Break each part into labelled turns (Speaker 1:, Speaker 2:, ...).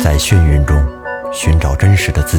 Speaker 1: 在眩晕中寻找真实的自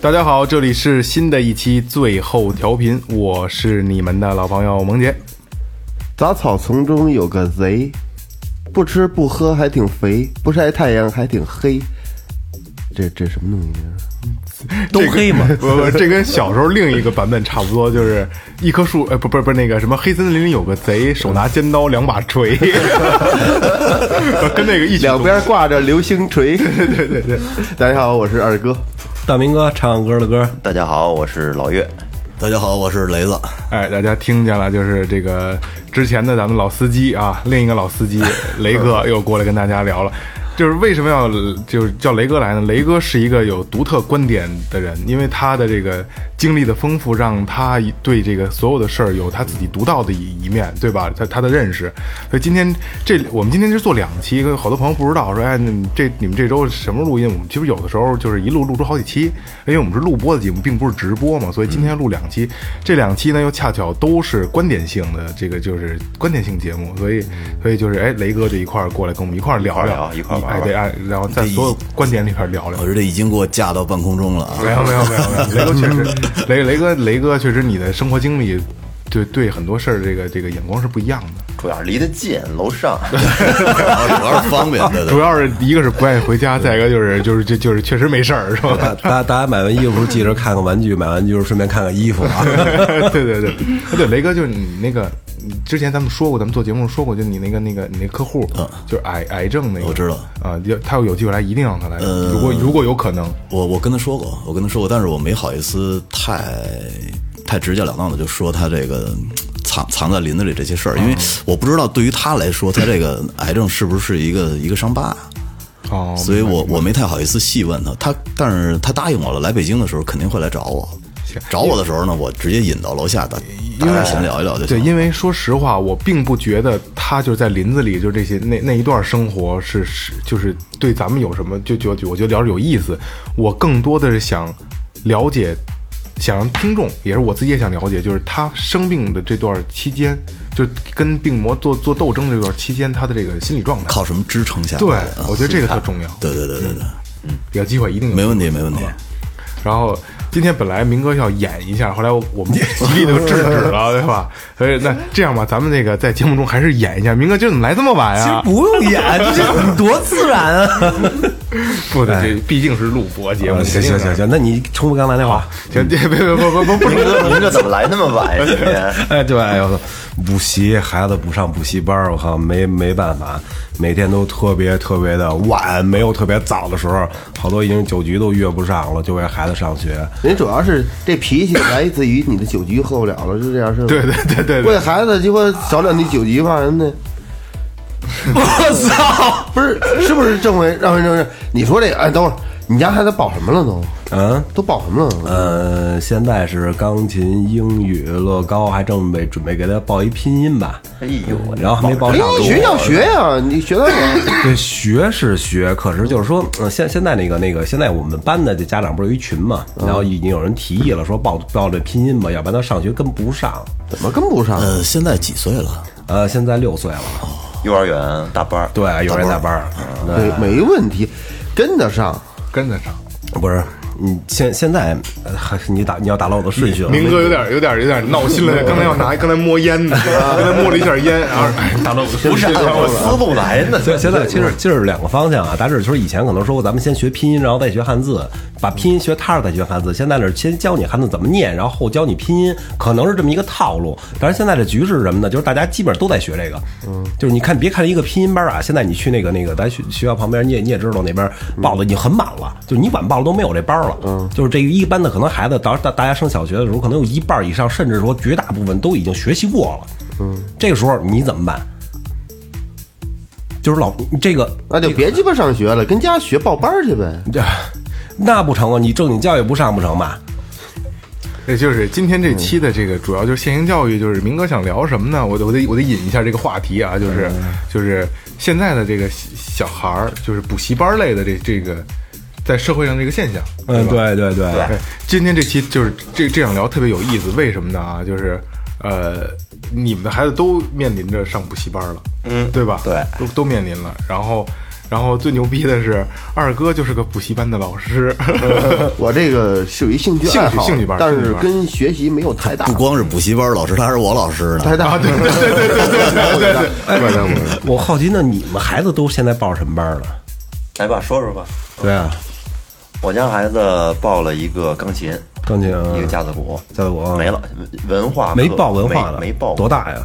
Speaker 2: 大家好，这里是新的一期最后调频，我是你们的老朋友萌杰。
Speaker 3: 杂草丛中有个贼，不吃不喝还挺肥，不晒太阳还挺黑。这这什么东西、啊？
Speaker 4: 都黑嘛？
Speaker 2: 不不，这跟小时候另一个版本差不多，就是一棵树，呃，不不不，那个什么黑森林里有个贼，手拿尖刀，两把锤， 跟那个一起
Speaker 3: 两边挂着流星锤。
Speaker 2: 对对对对，
Speaker 3: 大家好，我是二哥。
Speaker 4: 大明哥唱歌的歌，
Speaker 5: 大家好，我是老岳。
Speaker 6: 大家好，我是雷子。
Speaker 2: 哎，大家听见了，就是这个之前的咱们老司机啊，另一个老司机雷哥又过来跟大家聊了。就是为什么要就是叫雷哥来呢？雷哥是一个有独特观点的人，因为他的这个经历的丰富，让他对这个所有的事儿有他自己独到的一一面，对吧？他他的认识。所以今天这我们今天是做两期，好多朋友不知道说，哎，你们这你们这周什么录音？我们其实有的时候就是一录录出好几期，因为我们是录播的节目，并不是直播嘛，所以今天录两期，这两期呢又恰巧都是观点性的，这个就是观点性节目，所以所以就是哎，雷哥这一块儿过来跟我们一块儿聊聊
Speaker 5: 一块儿。
Speaker 2: 哎，对，哎，然后在所有观点里边聊聊。
Speaker 6: 我觉得已经给我架到半空中了啊！
Speaker 2: 没有，没有，没有，没有。 雷哥确实，雷雷哥，雷哥确实，你的生活经历，对对很多事儿，这个这个眼光是不一样的。
Speaker 5: 主要是离得近，楼 上。
Speaker 6: 主要是方便的，
Speaker 2: 主要是一个是不爱回家，再一个就是就是就就是确实没事儿，是吧？
Speaker 4: 大家大家买完衣服记着看看玩具，买完就是顺便看看衣服 啊。
Speaker 2: 对对对，对雷哥就是你那个。之前咱们说过，咱们做节目说过，就你那个那个你那客户，
Speaker 6: 嗯
Speaker 2: 就是癌癌症那个，
Speaker 6: 我知道
Speaker 2: 啊，要他要有机会来，一定让他来。
Speaker 6: 呃
Speaker 2: 如果如果有可能，
Speaker 6: 我我跟他说过，我跟他说过，但是我没好意思太太直截了当的就说他这个嗯藏藏在林子里这些事儿，因
Speaker 2: 哦
Speaker 6: 为我不知道对于他来说，他这个癌症是不是一个一个伤疤，
Speaker 2: 哦，
Speaker 6: 所以我我没太好意思细问他。他但是他答应我了，来北京的时候肯定会来找我。找我的时候呢，我直接引到楼下，大大家闲聊一聊就
Speaker 2: 对，
Speaker 6: 行。
Speaker 2: 因为说实话，我并不觉得他就是在林子里，就这些那那一段生活是是就是对咱们有什么，就就就我觉得聊着有意思。我更多的是想了解，想让听众，也是我自己也想了解，就是他生病的这段期间，就是跟病魔做做斗争这段期间，他的这个心理状态。
Speaker 6: 靠什么啊支撑下来
Speaker 2: 对
Speaker 6: 的？，啊
Speaker 2: 我觉嗯得这个特重要。
Speaker 6: 对对对对对，
Speaker 2: 有机会一定有
Speaker 6: 没问题没问题。
Speaker 2: 然后今天本来明哥要演一下，后来我我们极力的制止了，对吧？所以那这样吧，咱们那个在节目中还是演一下。明哥今儿怎么来这么晚
Speaker 4: 其实
Speaker 2: 啊？
Speaker 4: 不用演，这多自然啊！
Speaker 2: 不对，这毕竟是录播节目。肯
Speaker 4: 行
Speaker 2: 定
Speaker 4: 行
Speaker 2: 是
Speaker 4: 行，行，那你重复刚才那话。
Speaker 2: 行，这别别不不不不
Speaker 5: 您这您这怎么来那么晚呀？今天
Speaker 4: 哎，对，哎呦，补习孩子不上补习班儿，我靠，没没办法，每天都特别特别的晚，没有特别早的时候，好多已经酒局都约不上了，就为孩子上学。
Speaker 3: 您主要是这脾气来自于你的酒局喝不了了，是这样是吧？
Speaker 2: 对对对对
Speaker 3: 为
Speaker 2: 对，
Speaker 3: 孩子鸡巴少两滴酒局吧，人家。
Speaker 4: 我操！
Speaker 3: 不是，是不是政委？让人正是你说这个？哎，等会儿，你家孩子报什么了都？
Speaker 4: 嗯，
Speaker 5: 啊
Speaker 3: 都报什么了？
Speaker 4: 呃，现在是钢琴、英语、乐高，还正备准备给他报一拼音吧，
Speaker 5: 哎呦，我
Speaker 4: 然后还没报
Speaker 3: 哎
Speaker 4: 上。
Speaker 3: 你学校学呀，你学到 哪？
Speaker 4: 对，学是学，可是就是说，
Speaker 5: 嗯
Speaker 4: 呃现现在那个那个，现在我们班的这家长不是有一群嘛，
Speaker 5: 嗯
Speaker 4: 然后已经有人提议了，说报报这拼音吧，要不然他上学跟不上。
Speaker 3: 怎么跟不上？
Speaker 6: 呃，现在几岁了？
Speaker 4: 呃，现在六岁了，
Speaker 5: 幼儿园大班儿，
Speaker 4: 对，有人在班儿，嗯
Speaker 3: 没没问题，跟得上。
Speaker 2: 跟得上。
Speaker 4: 不是你现现在呃还是你打你要打乱我的顺序了。
Speaker 2: 明哥有点有点有点闹心了，刚才要拿刚才摸烟呢，刚才摸了一下烟，然后哎，大佬
Speaker 5: 不是我思路来 呢。
Speaker 4: 所以现在其实其实是两个方向啊，咱这就是以前可能说过，咱们先学拼音，然后再学汉字，把拼音学踏实再学汉字。现在是先教你汉字怎么念，然后后教你拼音，可能是这么一个套路。但是现在这局势是什么呢？就是大家基本上都在学这个，嗯，就是你看，别看一个拼音班啊，现在你去那个那个咱学学校旁边，你也你也知道那边报的已经很满了，就是你晚报了都没有这班了，嗯，就是这个一班的可能孩子到大大家上小学的时候，可能有一半以上，甚至说绝大部分都已经学习过了，嗯，这个时候你怎么办？就是老这个
Speaker 3: 那就别鸡巴上学了，跟家学报班去呗。
Speaker 4: 这那不成啊！你正经教育不上不成吧？
Speaker 2: 对，就是今天这期的这个主要就是现行教育，就是明哥想聊什么呢？我得我得我得引一下这个话题啊，就是就是现在的这个小孩儿，就是补习班类的这这个在社会上这个现象。
Speaker 4: 嗯，对对对，
Speaker 2: 对，今天这期就是这这样聊特别有意思，为什么呢？啊，就是呃，你们的孩子都面临着上补习班了，嗯，对吧？
Speaker 5: 对，
Speaker 2: 都都面临了，然后。然后最牛逼的是，二哥就是个补习班的老师，
Speaker 3: 我这个属于嗯兴趣爱好，
Speaker 2: 兴趣兴趣班
Speaker 3: 但
Speaker 2: 兴趣
Speaker 3: 是
Speaker 2: 班
Speaker 3: 跟学习没有太大
Speaker 6: 不光是补习班老师，他还是我老师呢。
Speaker 3: 太大。啊对对对对对对 对。
Speaker 4: 我好奇，那你们孩子都现在报什么班了？
Speaker 5: 来吧，说说吧。
Speaker 4: 对啊，
Speaker 5: 我家孩子报了一个钢琴，
Speaker 4: 钢琴啊
Speaker 5: 一个架子鼓，
Speaker 4: 架子鼓啊
Speaker 5: 没了，文化课
Speaker 4: 没报文化的，
Speaker 5: 没没报，
Speaker 4: 多？大呀？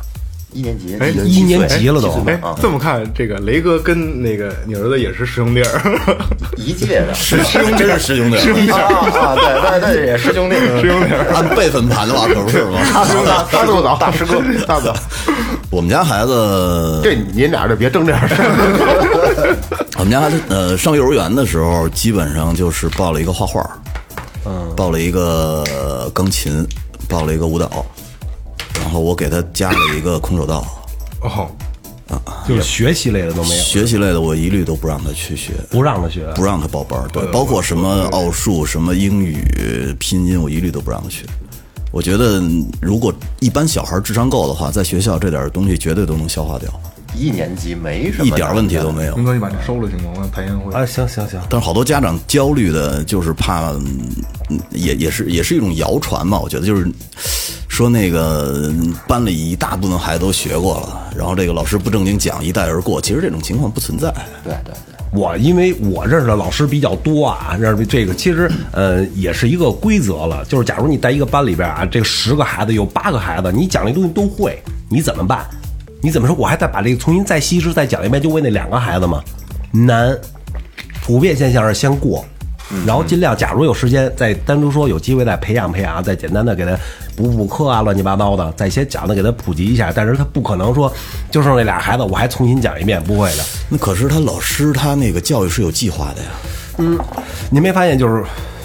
Speaker 5: 一年级，
Speaker 2: 哎
Speaker 4: 一年级了都
Speaker 5: 七岁
Speaker 2: 哎
Speaker 5: 半啊，，
Speaker 2: 这么看，这个雷哥跟那个你儿子也是师兄弟儿，
Speaker 5: 一届 的，
Speaker 6: 师师兄真是师兄弟，
Speaker 2: 师兄弟
Speaker 5: 啊啊，
Speaker 2: 儿，
Speaker 5: 对，但是但是也师兄弟，
Speaker 2: 师兄弟 儿。
Speaker 6: 按辈分盘的话，可不是吗？
Speaker 3: 大大豆早，大师哥，大 早，
Speaker 6: 我们家孩子
Speaker 3: 这您俩就别争这样事儿。
Speaker 6: 我们家孩子呃上幼儿园的时候，基本上就是报了一个画画，嗯，报了一个呃钢琴，报了一个舞蹈，然后我给他加了一个空手道，
Speaker 2: 哦，
Speaker 4: 就是学习类的都没有，
Speaker 6: 学习类的我一律都不让他去学。
Speaker 4: 不让他学。
Speaker 6: 不让他报班儿，对，包括什么奥数、什么英语、拼音，我一律都不让他学。我觉得，如果一般小孩儿智商够的话，在学校这点儿东西绝对都能消化掉，
Speaker 5: 一年级没什么
Speaker 6: 一点儿问题都没有
Speaker 3: 嗯
Speaker 2: 明。哥，你把这收了行吗？我想谈宴会。
Speaker 4: 啊，行行行，
Speaker 6: 但是好多家长焦虑的，就是怕，嗯也也是也是一种谣传嘛。我觉得就是说那个班里一大部分孩子都学过了，然后这个老师不正经讲，一带而过。其实这种情况不存在。
Speaker 5: 对对对，
Speaker 4: 我因为我认识的老师比较多啊，认识这个其实呃也是一个规则了，就是假如你在一个班里边啊，这十个孩子有八个孩子，你讲这东西都会，你怎么办？你怎么说？我还再把这个重新再细致再讲一遍，就为那两个孩子吗？难，普遍现象是先过，然后尽量，假如有时间，再单独说有机会再培养培养，再简单的给他补补课啊，乱七八糟的，再先讲的给他普及一下。但是他不可能说就剩那俩孩子，我还重新讲一遍，不会的。
Speaker 6: 那可是他老师他那个教育是有计划的呀。
Speaker 4: 您没发现就是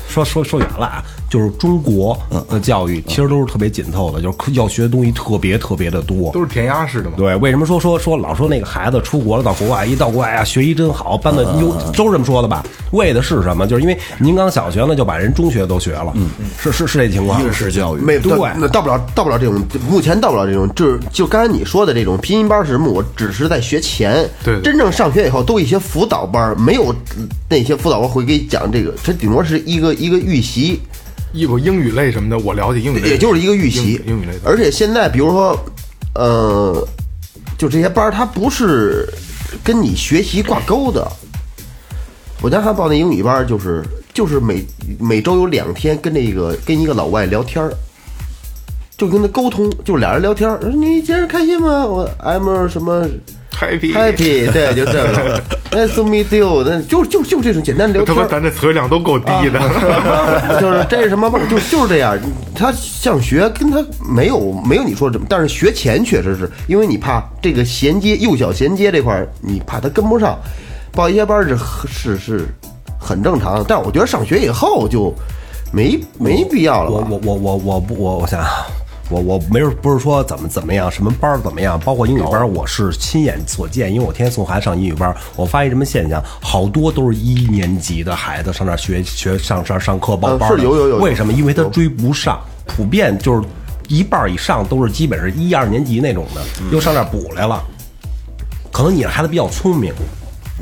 Speaker 4: 说说说远了啊，就是中国的教育其实都是特别紧凑的，就是要学的东西特别特别的多。
Speaker 2: 都是填鸭式的嘛。
Speaker 4: 对，为什么说说说老说那个孩子出国了到国外，一到国外啊，学习真好，班的优，都是这么说的吧？为的是什么？就是因为您刚小学呢就把人中学都学了，嗯，是是是这情况，应试教育
Speaker 3: 没
Speaker 4: 对，
Speaker 3: 到那到不了，到不了这种，目前到不了这种，就是就刚才你说的这种拼音班什么，我只是在学前，
Speaker 2: 对对
Speaker 3: 真正上学以后都一些辅导班，没有嗯那些辅导班会给你讲这个，这顶多是一个一个预习，
Speaker 2: 一我英语类什么的，我了解英语类的，
Speaker 3: 也就是一个预习
Speaker 2: 英语英语类的，
Speaker 3: 而且现在比如说，呃，就这些班儿它不是跟你学习挂钩的。我家孩子报那英语班儿，就是就是每每周有两天跟那个跟一个老外聊天儿，就跟他沟通，就俩人聊天儿。说你今儿开心吗？我 I'm 什么
Speaker 2: Happy
Speaker 3: happy，对，就这个。Nice to meet you，那就就就这种简单聊
Speaker 2: 他
Speaker 3: 天
Speaker 2: 妈
Speaker 3: 儿。
Speaker 2: 咱这词汇量都够低的。
Speaker 3: 就是这是什么味儿？就就是这样。他上学跟他没有没有你说的这么，但是学前确实是因为你怕这个衔接幼小衔接这块儿，你怕他跟不上，报一些班儿是是是很正常的。但是我觉得上学以后就没没必要了
Speaker 4: 我
Speaker 3: 吧？
Speaker 4: 我我我我不我我想啊，我我没有不是说怎么怎么样，什么班儿怎么样，包括英语班儿，我是亲眼所见，因为我天天送孩子上英语班儿，我发现什么现象，好多都是一年级的孩子上那儿学学上上上课报
Speaker 3: 嗯
Speaker 4: 班儿的、
Speaker 3: 是有有有有
Speaker 4: 为什么？因为他追不上，普遍就是一半儿以上都是基本是一二年级那种的，
Speaker 3: 嗯
Speaker 4: 又上那儿补来了。可能你的孩子比较聪明，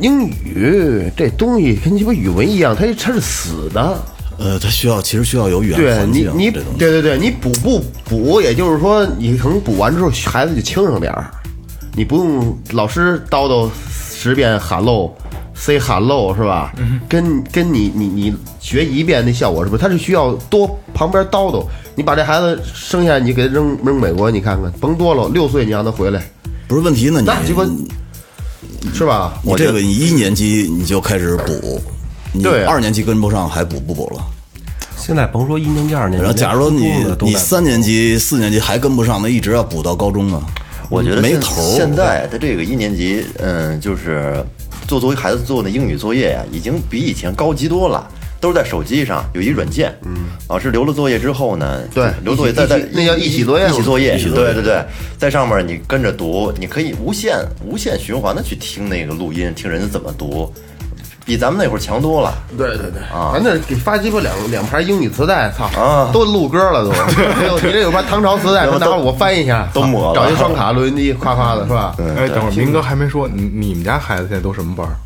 Speaker 3: 英语这东西跟鸡巴语文一样，它它是死的。
Speaker 6: 呃，他需要其实需要有语言
Speaker 3: 对
Speaker 6: 环
Speaker 3: 你
Speaker 6: 境，
Speaker 3: 你
Speaker 6: 这东西
Speaker 3: 对对对，你补不补，也就是说你可能补完之后孩子就轻省点儿，你不用老师叨叨十遍 hello say hello 是吧？跟跟你你你学一遍那效果是不是？他是需要多旁边叨叨，你把这孩子生下来，你给他扔扔美国，你看看甭多了，六岁你让他回来，
Speaker 6: 不是问题呢。你
Speaker 3: 那鸡巴是吧？
Speaker 6: 你这个你一年级你就开始补，你
Speaker 3: 对啊
Speaker 6: 二年级跟不上还补不补了？
Speaker 4: 现在甭说一年级、二年级，
Speaker 6: 然后假如说你
Speaker 4: 初中的都在
Speaker 6: 你三年级、四年级还跟不上，那一直要补到高中啊。
Speaker 5: 我觉得
Speaker 6: 没
Speaker 5: 现
Speaker 6: 头儿。
Speaker 5: 现在的这个一年级，嗯，就是做作为孩子做的英语作业呀，已经比以前高级多了。都是在手机上有一软件，嗯，老师留了作业之后呢，
Speaker 3: 对
Speaker 5: 留作业
Speaker 3: 一起
Speaker 5: 在在
Speaker 3: 一起那叫一起作业
Speaker 5: 一起作业，
Speaker 3: 一起作业
Speaker 5: 对对对，在上面你跟着读，你可以无限无限循环的去听那个录音，听人家怎么读，比咱们那会儿强多了。
Speaker 3: 对对对，
Speaker 5: 啊
Speaker 3: 咱这给发鸡巴两两盘英语磁带，操，都录歌 了都。哎呦你这有盘唐朝磁带，他拿着我翻一下，
Speaker 5: 都抹了
Speaker 3: 找一双卡录音机，夸夸的是 吧？
Speaker 2: 哎，等会儿明哥还没说，你你们家孩子现在都什么班儿？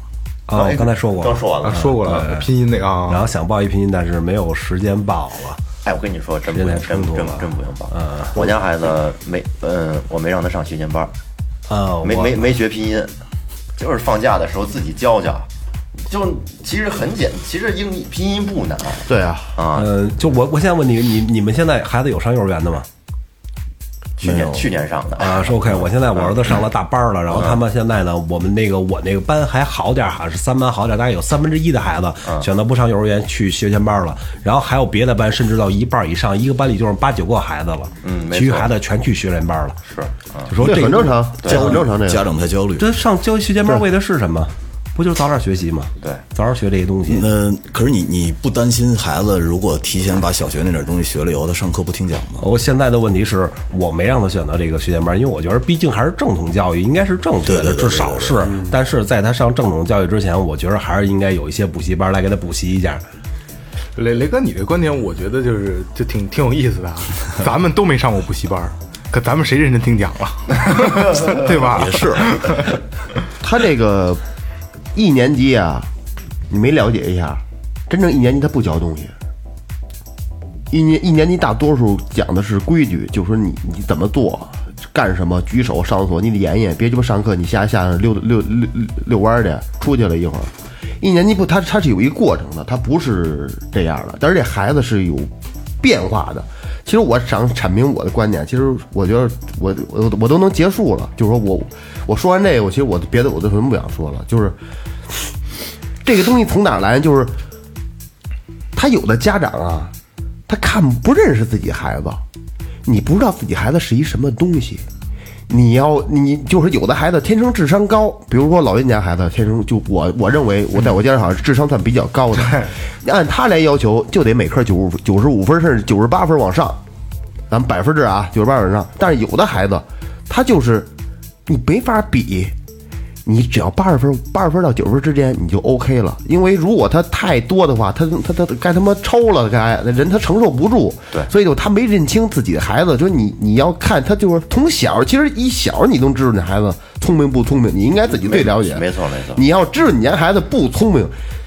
Speaker 4: 啊，我刚才说过了
Speaker 5: 刚说完
Speaker 2: 啊，
Speaker 5: 了，
Speaker 2: 说过了，拼音那个
Speaker 4: 然
Speaker 2: 啊，
Speaker 4: 后想报一拼音，但是没有时间报了。
Speaker 5: 哎，我跟你说，真不用，
Speaker 4: 时
Speaker 5: 真
Speaker 4: 间太
Speaker 5: 真
Speaker 4: 冲突
Speaker 5: 真
Speaker 4: 了
Speaker 5: 真不用报。
Speaker 3: 啊
Speaker 5: 我家孩子没，嗯，我没让他上学前班儿，
Speaker 4: 啊，
Speaker 5: 没
Speaker 4: 我
Speaker 5: 没没学拼音，就是放假的时候自己教教。就其实很简，其实英拼音不难
Speaker 3: 对啊，
Speaker 5: 啊。
Speaker 4: 呃，就我我现在问你，你你们现在孩子有上幼儿园的吗？
Speaker 5: 去年去年上的
Speaker 4: 啊，是 OK。我现在我儿子上了大班儿了，然后他们现在呢，我们那个我那个班还好点儿，好像是三班好点儿，大概有三分之一的孩子
Speaker 5: 嗯
Speaker 4: 选择不上幼儿园去学前班了，然后还有别的班甚至到一半儿以上，一个班里就是八九个孩子了，
Speaker 5: 嗯没
Speaker 4: 其余
Speaker 5: 错
Speaker 4: 孩子全去学前班了，
Speaker 5: 是啊，
Speaker 4: 就说
Speaker 3: 这
Speaker 4: 个
Speaker 3: 很正常，
Speaker 5: 对
Speaker 3: 这很正常，这
Speaker 6: 家
Speaker 3: 个。
Speaker 6: 长太焦虑。
Speaker 4: 这上教育学前班为的是什么？不就是早点学习吗？
Speaker 5: 对嗯
Speaker 4: 早点学这些东西。
Speaker 6: 那嗯可是你你不担心孩子如果提前把小学那点东西学了以后，他上课不听讲吗？
Speaker 4: 我现在的问题是我没让他选择这个学前班，因为我觉得毕竟还是正统教育，应该是正确的，至少是。但是在他上正统教育之前，我觉得还是应该有一些补习班来给他补习一下。
Speaker 2: 雷雷哥，你的观点我觉得就是就挺挺有意思的啊，咱们都没上过补习班儿，可咱们谁认真听讲了， 对吧？也是，
Speaker 3: 他这个一年级啊，你没了解一下，真正一年级他不教东西。一年一年级大多数讲的是规矩，就说你你怎么做，干什么，举手上厕所，你得演一演，别鸡巴上课你瞎下溜达溜溜遛弯儿去，出去了一会儿。一年级不，他他是有一过程的，他不是这样的，但是这孩子是有变化的。其实我想阐明我的观点，其实我觉得我我我都能结束了，就是说我我说完这个，我其实我别的我都什么不想说了，就是这个东西从哪儿来，就是他有的家长啊，他看不认识自己孩子，你不知道自己孩子是一什么东西。你要你就是有的孩子天生智商高，比如说老人家孩子天生就我我认为我在我家好像智商算比较高的，按他来要求就得每科九十九十五分甚至九十八分往上，咱们百分制啊九十八分往上。但是有的孩子他就是你没法比，你只要八十分，八十分到九十分之间你就 OK 了，因为如果他太多的话，他他他该他妈抽了，该人他承受不住，
Speaker 5: 对
Speaker 3: 所以就他没认清自己的孩子，就是你你要看他就是从小，其实一小你能知道你孩子聪明不聪明，你应该自己最了解，
Speaker 5: 没错没错
Speaker 3: 你要知道你家孩子不聪明，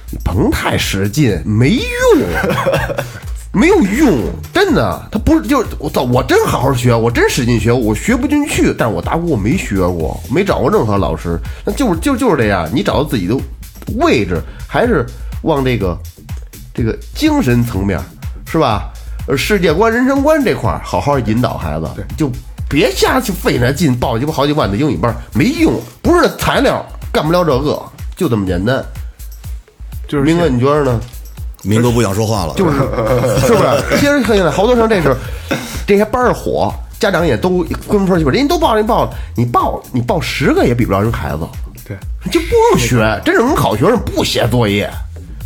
Speaker 3: 你甭太使劲，没用。啊没有用，真的，他不是就是我操，我真好好学，我真使劲学，我学不进去，但是我打鼓我没学过，没找过任何老师，那就是就就是这样，你找到自己的位置，还是往这个这个精神层面是吧？呃，世界观、人生观这块儿好好引导孩子，就别瞎去费那劲，报鸡巴好几万的英语班没用，不是材料，干不了这个，就这么简单。
Speaker 2: 就是
Speaker 3: 明哥，你觉得呢？
Speaker 6: 明哥不想说话了，
Speaker 3: 就是是不是？ 其实现在好多上这是这些班儿火，家长也都跟风去吧，人家都报人报了，你报你报十个也比不了人孩子，
Speaker 2: 对，
Speaker 3: 你就不用学，真正好学生不写作业。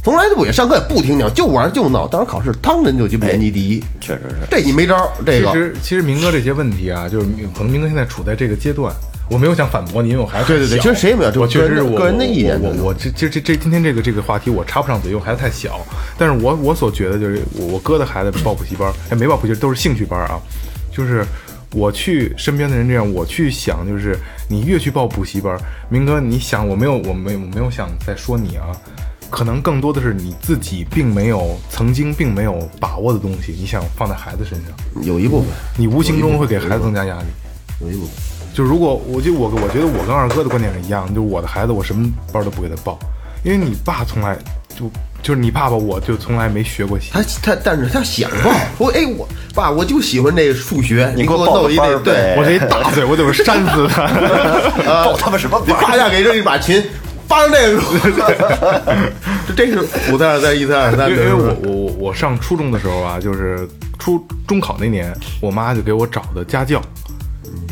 Speaker 3: 从来都不写，上课也不听讲，就玩就闹。当时考试，当真就鸡巴年级第一，
Speaker 5: 哎确实是
Speaker 3: 这你没招儿。这
Speaker 2: 其
Speaker 3: 个
Speaker 2: 实其实明哥这些问题啊，就是明可能明哥现在处在这个阶段，我没有想反驳你，因为我还是
Speaker 3: 对对对
Speaker 2: 很
Speaker 3: 其
Speaker 2: 小
Speaker 3: 实谁也没有这
Speaker 2: 我确
Speaker 3: 个
Speaker 2: 实是
Speaker 3: 人的
Speaker 2: 我
Speaker 3: 个人的意见真
Speaker 2: 我我
Speaker 3: 的
Speaker 2: 我这这这这今天这个这个话题我插不上嘴，因为我孩子太小。但是我我所觉得就是我我哥的孩子报补习班，哎没报补习班都是兴趣班啊，就是。我去身边的人这样，我去想，就是你越去报补习班，明哥，你想我没有，我没有，我没有想再说你啊，可能更多的是你自己并没有曾经并没有把握的东西，你想放在孩子身上，
Speaker 3: 有一部分，
Speaker 2: 你无形中会给孩子增加压力。
Speaker 3: 有一部分。
Speaker 2: 就如果我就我我觉得我跟二哥的观点是一样，就我的孩子我什么班儿都不给他报，因为你爸从来就就是你爸爸我就从来没学过习。
Speaker 3: 他他，但是他想报，我哎我爸，我就喜欢这数学，你
Speaker 5: 你
Speaker 3: 给
Speaker 5: 给我
Speaker 3: 我
Speaker 5: 报
Speaker 3: 弄
Speaker 5: 个
Speaker 3: 一
Speaker 5: 班
Speaker 3: 这
Speaker 5: 儿
Speaker 3: 对
Speaker 5: 呗，
Speaker 2: 我这 一大嘴，我得扇 死他！
Speaker 5: 报他们 什么
Speaker 3: 你
Speaker 5: 班
Speaker 3: 啪
Speaker 5: 儿？
Speaker 3: 一下给扔一把琴，发生这个，这是五三二三一三二三，
Speaker 2: 因为因
Speaker 3: 对
Speaker 2: 为我我我我上初中的时候啊，就是初中考那年，我妈就给我找的家教，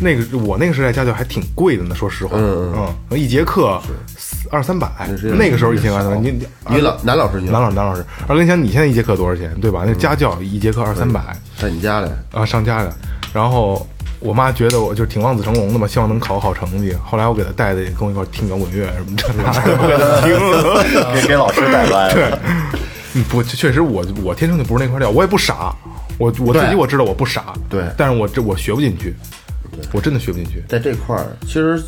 Speaker 2: 那个我那个时代家教还挺贵的呢，说实话，嗯，一节课四二三百，那个时候一节课你你
Speaker 3: 女老男老师，女
Speaker 2: 男老师男老师，而跟你想你现在一节课多少钱，对吧？那家教
Speaker 6: 嗯
Speaker 2: 一节课二三百
Speaker 3: 在你家里，
Speaker 2: 啊，上家的，然后。我妈觉得我就是挺望子成龙的嘛，希望能考好成绩。后来我给她带的，跟我一块儿听摇滚乐什么这那的， 我给她听了。
Speaker 5: 给给老师带歪了。
Speaker 2: 嗯，不，确实我我天生就不是那块料，我也不傻，我我自己我知道我不傻，
Speaker 3: 对
Speaker 2: 但是我这我学不进去，我真的学不进去。
Speaker 3: 在这块儿，其实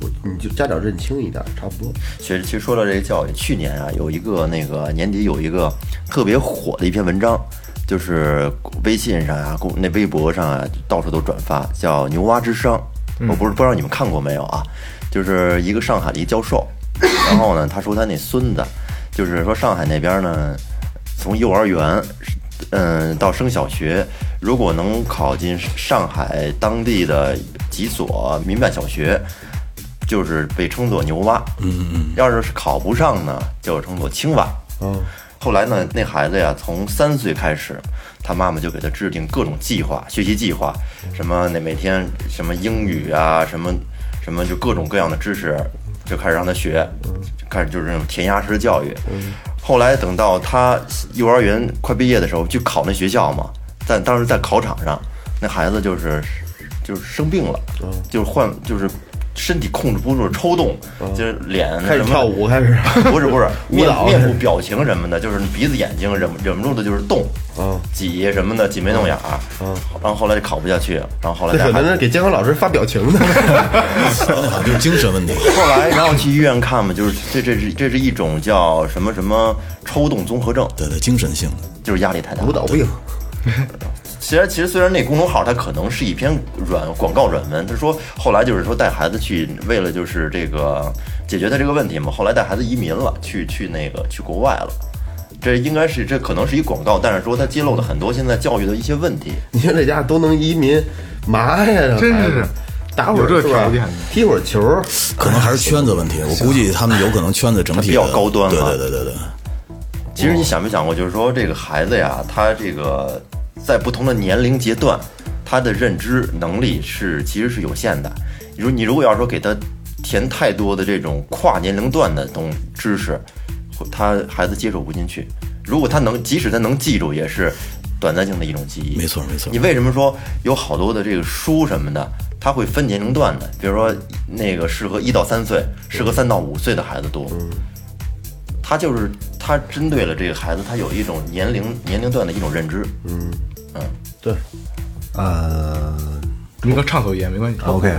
Speaker 3: 我你就家长认清一点，差不多。
Speaker 5: 其实其实说到这个教育，去年啊有一个那个年底有一个特别火的一篇文章，就是微信上啊、公那微博上啊到处都转发，叫“牛蛙之殇”。我不是不知道你们看过没有啊？就是一个上海的一教授，然后呢，他说他那孙子，就是说上海那边呢，从幼儿园嗯，到升小学，如果能考进上海当地的几所民办小学，就是被称作牛蛙。嗯嗯。要是考不上呢，就称作青蛙。嗯。后来呢，那孩子呀，从三岁开始，他妈妈就给他制定各种计划，学习计划，什么那每天什么英语啊，什么什么就各种各样的知识，就开始让他学，就开始就是那种填鸭式教育。后来等到他幼儿园快毕业的时候，去考那学校嘛，但当时在考场上，那孩子就是就是生病了，
Speaker 3: 嗯
Speaker 5: 就是患就是身体控制不住抽动，就是脸
Speaker 3: 嗯开始
Speaker 5: 什么
Speaker 3: 跳舞开始
Speaker 5: 不是不是
Speaker 3: 舞
Speaker 5: 面
Speaker 3: 蹈
Speaker 5: 面部表情什么的，就是鼻子眼睛忍不忍不住的就是动，
Speaker 3: 嗯
Speaker 5: 挤什么的挤眉弄眼儿，然后后来就考不下去，然后后来
Speaker 3: 这
Speaker 5: 带
Speaker 3: 可
Speaker 5: 孩
Speaker 3: 能
Speaker 5: 子
Speaker 3: 是给监考老师发表情呢。
Speaker 6: 可哎能就是精 神问题。
Speaker 5: 后来，然后去医院看嘛，就是这这是这是一种叫什么什么抽动综合症，
Speaker 6: 对对，精神性的。
Speaker 5: 就是压力太大。
Speaker 3: 舞蹈病，
Speaker 5: 其实其实虽然那公众号它可能是一篇软广告软文，他说后来就是说带孩子去，为了就是这个解决他这个问题嘛，后来带孩子移民了，去去那个去国外了。这应该是这可能是一广告，但是说它揭露了很多现在教育的一些问题。
Speaker 3: 你说这家都能移民，嘛呀？
Speaker 2: 真是
Speaker 3: 孩子打会
Speaker 2: 有
Speaker 3: 儿
Speaker 2: 这
Speaker 3: 是吧
Speaker 2: 条件
Speaker 3: 踢会儿球，
Speaker 6: 可能还是圈子问题，我估计他们有可能圈子整体的
Speaker 5: 啊它比较高端啊
Speaker 6: 对
Speaker 5: 了
Speaker 6: 对对对对，
Speaker 5: 其实你想没想过，就是说这个孩子呀，他这个在不同的年龄阶段，他的认知能力是其实是有限的。如你如果要说给他填太多的这种跨年龄段的东知识，会他孩子接受不进去。如果他能，即使他能记住，也是短暂性的一种记忆。
Speaker 6: 没错 没错
Speaker 5: 你为什么说有好多的这个书什么的，它会分年龄段的？比如说那个适合一到三岁，适合三到五岁的孩子多。
Speaker 3: 嗯
Speaker 5: 他就是他针对了这个孩子，他有一种年龄年龄段的一种认知。
Speaker 3: 对，
Speaker 4: 呃，
Speaker 2: 你哥畅所欲言没关系。
Speaker 4: OK，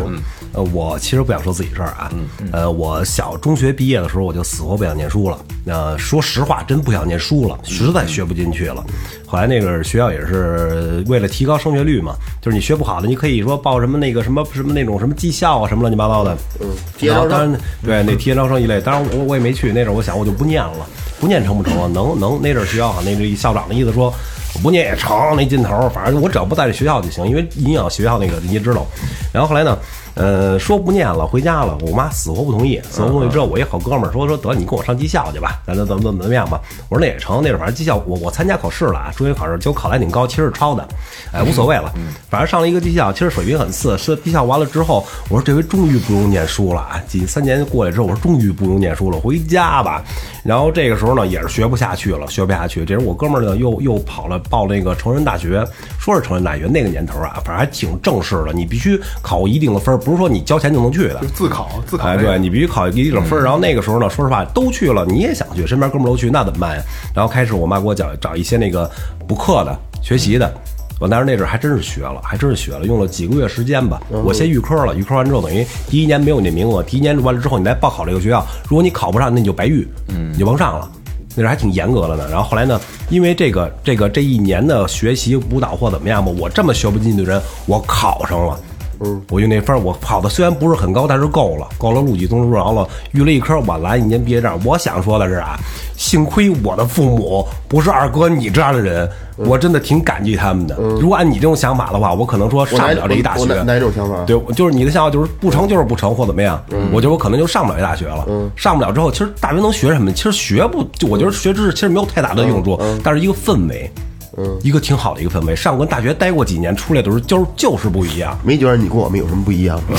Speaker 4: 呃，我其实不想说自己事儿啊，呃，我小中学毕业的时候我就死活不想念书了，呃，说实话，真不想念书了，实在学不进去了。后来那个学校也是为了提高升学率嘛，就是你学不好的，你可以说报什么那个什么什么那种什么技校啊，什么乱七八糟的。嗯，
Speaker 3: 提前招生
Speaker 4: 当然对那提前招生一类，当然我我也没去，那阵儿我想我就不念了，不念成不成啊？能能，那阵儿学校好啊像那个校长的意思说。我不念也成，那劲头儿，反正我只要不在这学校就行，因为影响学校那个你也知道。然后后来呢，呃，说不念了，回家了，我妈死活不同意，死活不同意。之后我一好哥们儿说说得你跟我上技校去吧，咱咱怎么怎么怎么样吧。我说那也成，那阵儿反正技校我我参加考试了啊，中学考试，结果考得还挺高，其实是超的，哎无所谓了，反正上了一个技校，其实水平很次。是技校完了之后，我说这回终于不用念书了啊，几三年过来之后，我说终于不用念书了，回家吧。然后这个时候呢，也是学不下去了，学不下去。这时候我哥们儿呢，又又跑了报那个成人大学，说是成人大学那个年头啊，反正还挺正式的，你必须考一定的分儿，不是说你交钱就能去的
Speaker 2: 就。自考自考
Speaker 4: 哎，
Speaker 2: 那个嗯
Speaker 4: 对你必须考一定分儿。然后那个时候呢，说实话都去了，你也想去，身边哥们儿都去，那怎么办呀？然后开始我妈给我找找一些那个补课的、学习的。我当时那阵儿还真是学了，还真是学了，用了几个月时间吧。
Speaker 2: 嗯
Speaker 4: 我先预科了，预科完之后等于第一年没有你的名额，第一年完了之后你来报考这个学校，如果你考不上，那你就白预，
Speaker 2: 嗯
Speaker 4: 你就甭上了。那时候还挺严格的呢。然后后来呢，因为这个这个这一年的学习舞蹈或怎么样吧，我这么学不进去的人，我考上了。嗯，我就那分儿，我考的虽然不是很高，但是够了，够了录取通知书了，预了一科，晚来一年毕业证。我想说的是啊，幸亏我的父母不是二哥你这样的人，
Speaker 3: 嗯
Speaker 4: 我真的挺感激他们的。如果按你这种想法的话，我可能说上不了这一大学。
Speaker 3: 我哪我哪哪种想法啊
Speaker 4: 对，就是你的想法就是不成就是不成或怎么样，
Speaker 3: 嗯
Speaker 4: 我觉得我可能就上不了这大学了。上不了之后，其
Speaker 3: 嗯
Speaker 4: 实大学能学什么？其实学不，就我觉得学知识其实没有太大的用处，但是一个氛围。嗯，一个挺好的一个氛围。上过大学待过几年，出来的时候就是就是不一样。
Speaker 3: 没觉得你跟我们有什么不一样，是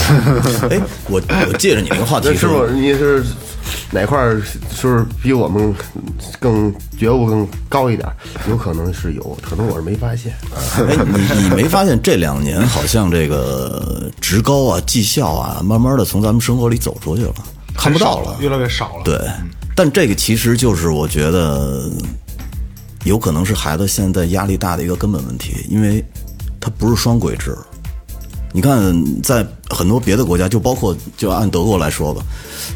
Speaker 3: 吧？
Speaker 6: 哎，我我借着你那个话
Speaker 3: 那
Speaker 6: 题
Speaker 3: 师
Speaker 6: 说
Speaker 3: 傅，，你是哪块儿是不是比我们更觉悟更高一点？有可能是有，可能我是没发现。
Speaker 6: 哎，你你没发现这两年好像这个职高啊、技校啊，慢慢的从咱们生活里走出去了，看不到了。
Speaker 2: 越嗯来越少了。
Speaker 6: 对，但这个其实就是我觉得，有可能是孩子现在压力大的一个根本问题，因为他不是双轨制。你看，在很多别的国家，就包括就按德国来说吧，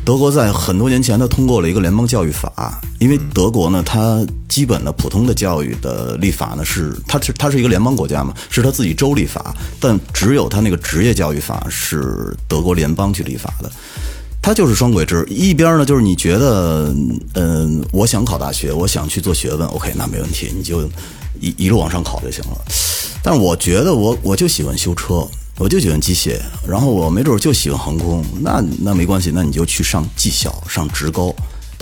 Speaker 6: 德国在很多年前它通过了一个联邦教育法，因为德国呢，它基本的普通的教育的立法呢是它是它是一个联邦国家嘛，是它自己州立法，但只有它那个职业教育法是德国联邦去立法的。它就是双轨制，一边呢就是你觉得，嗯，我想考大学，我想去做学问，OK，那没问题，你就一一路往上考就行了。但我觉得我我就喜欢修车，我就喜欢机械，然后我没准就喜欢航空，那那没关系，那你就去上技校，上职高。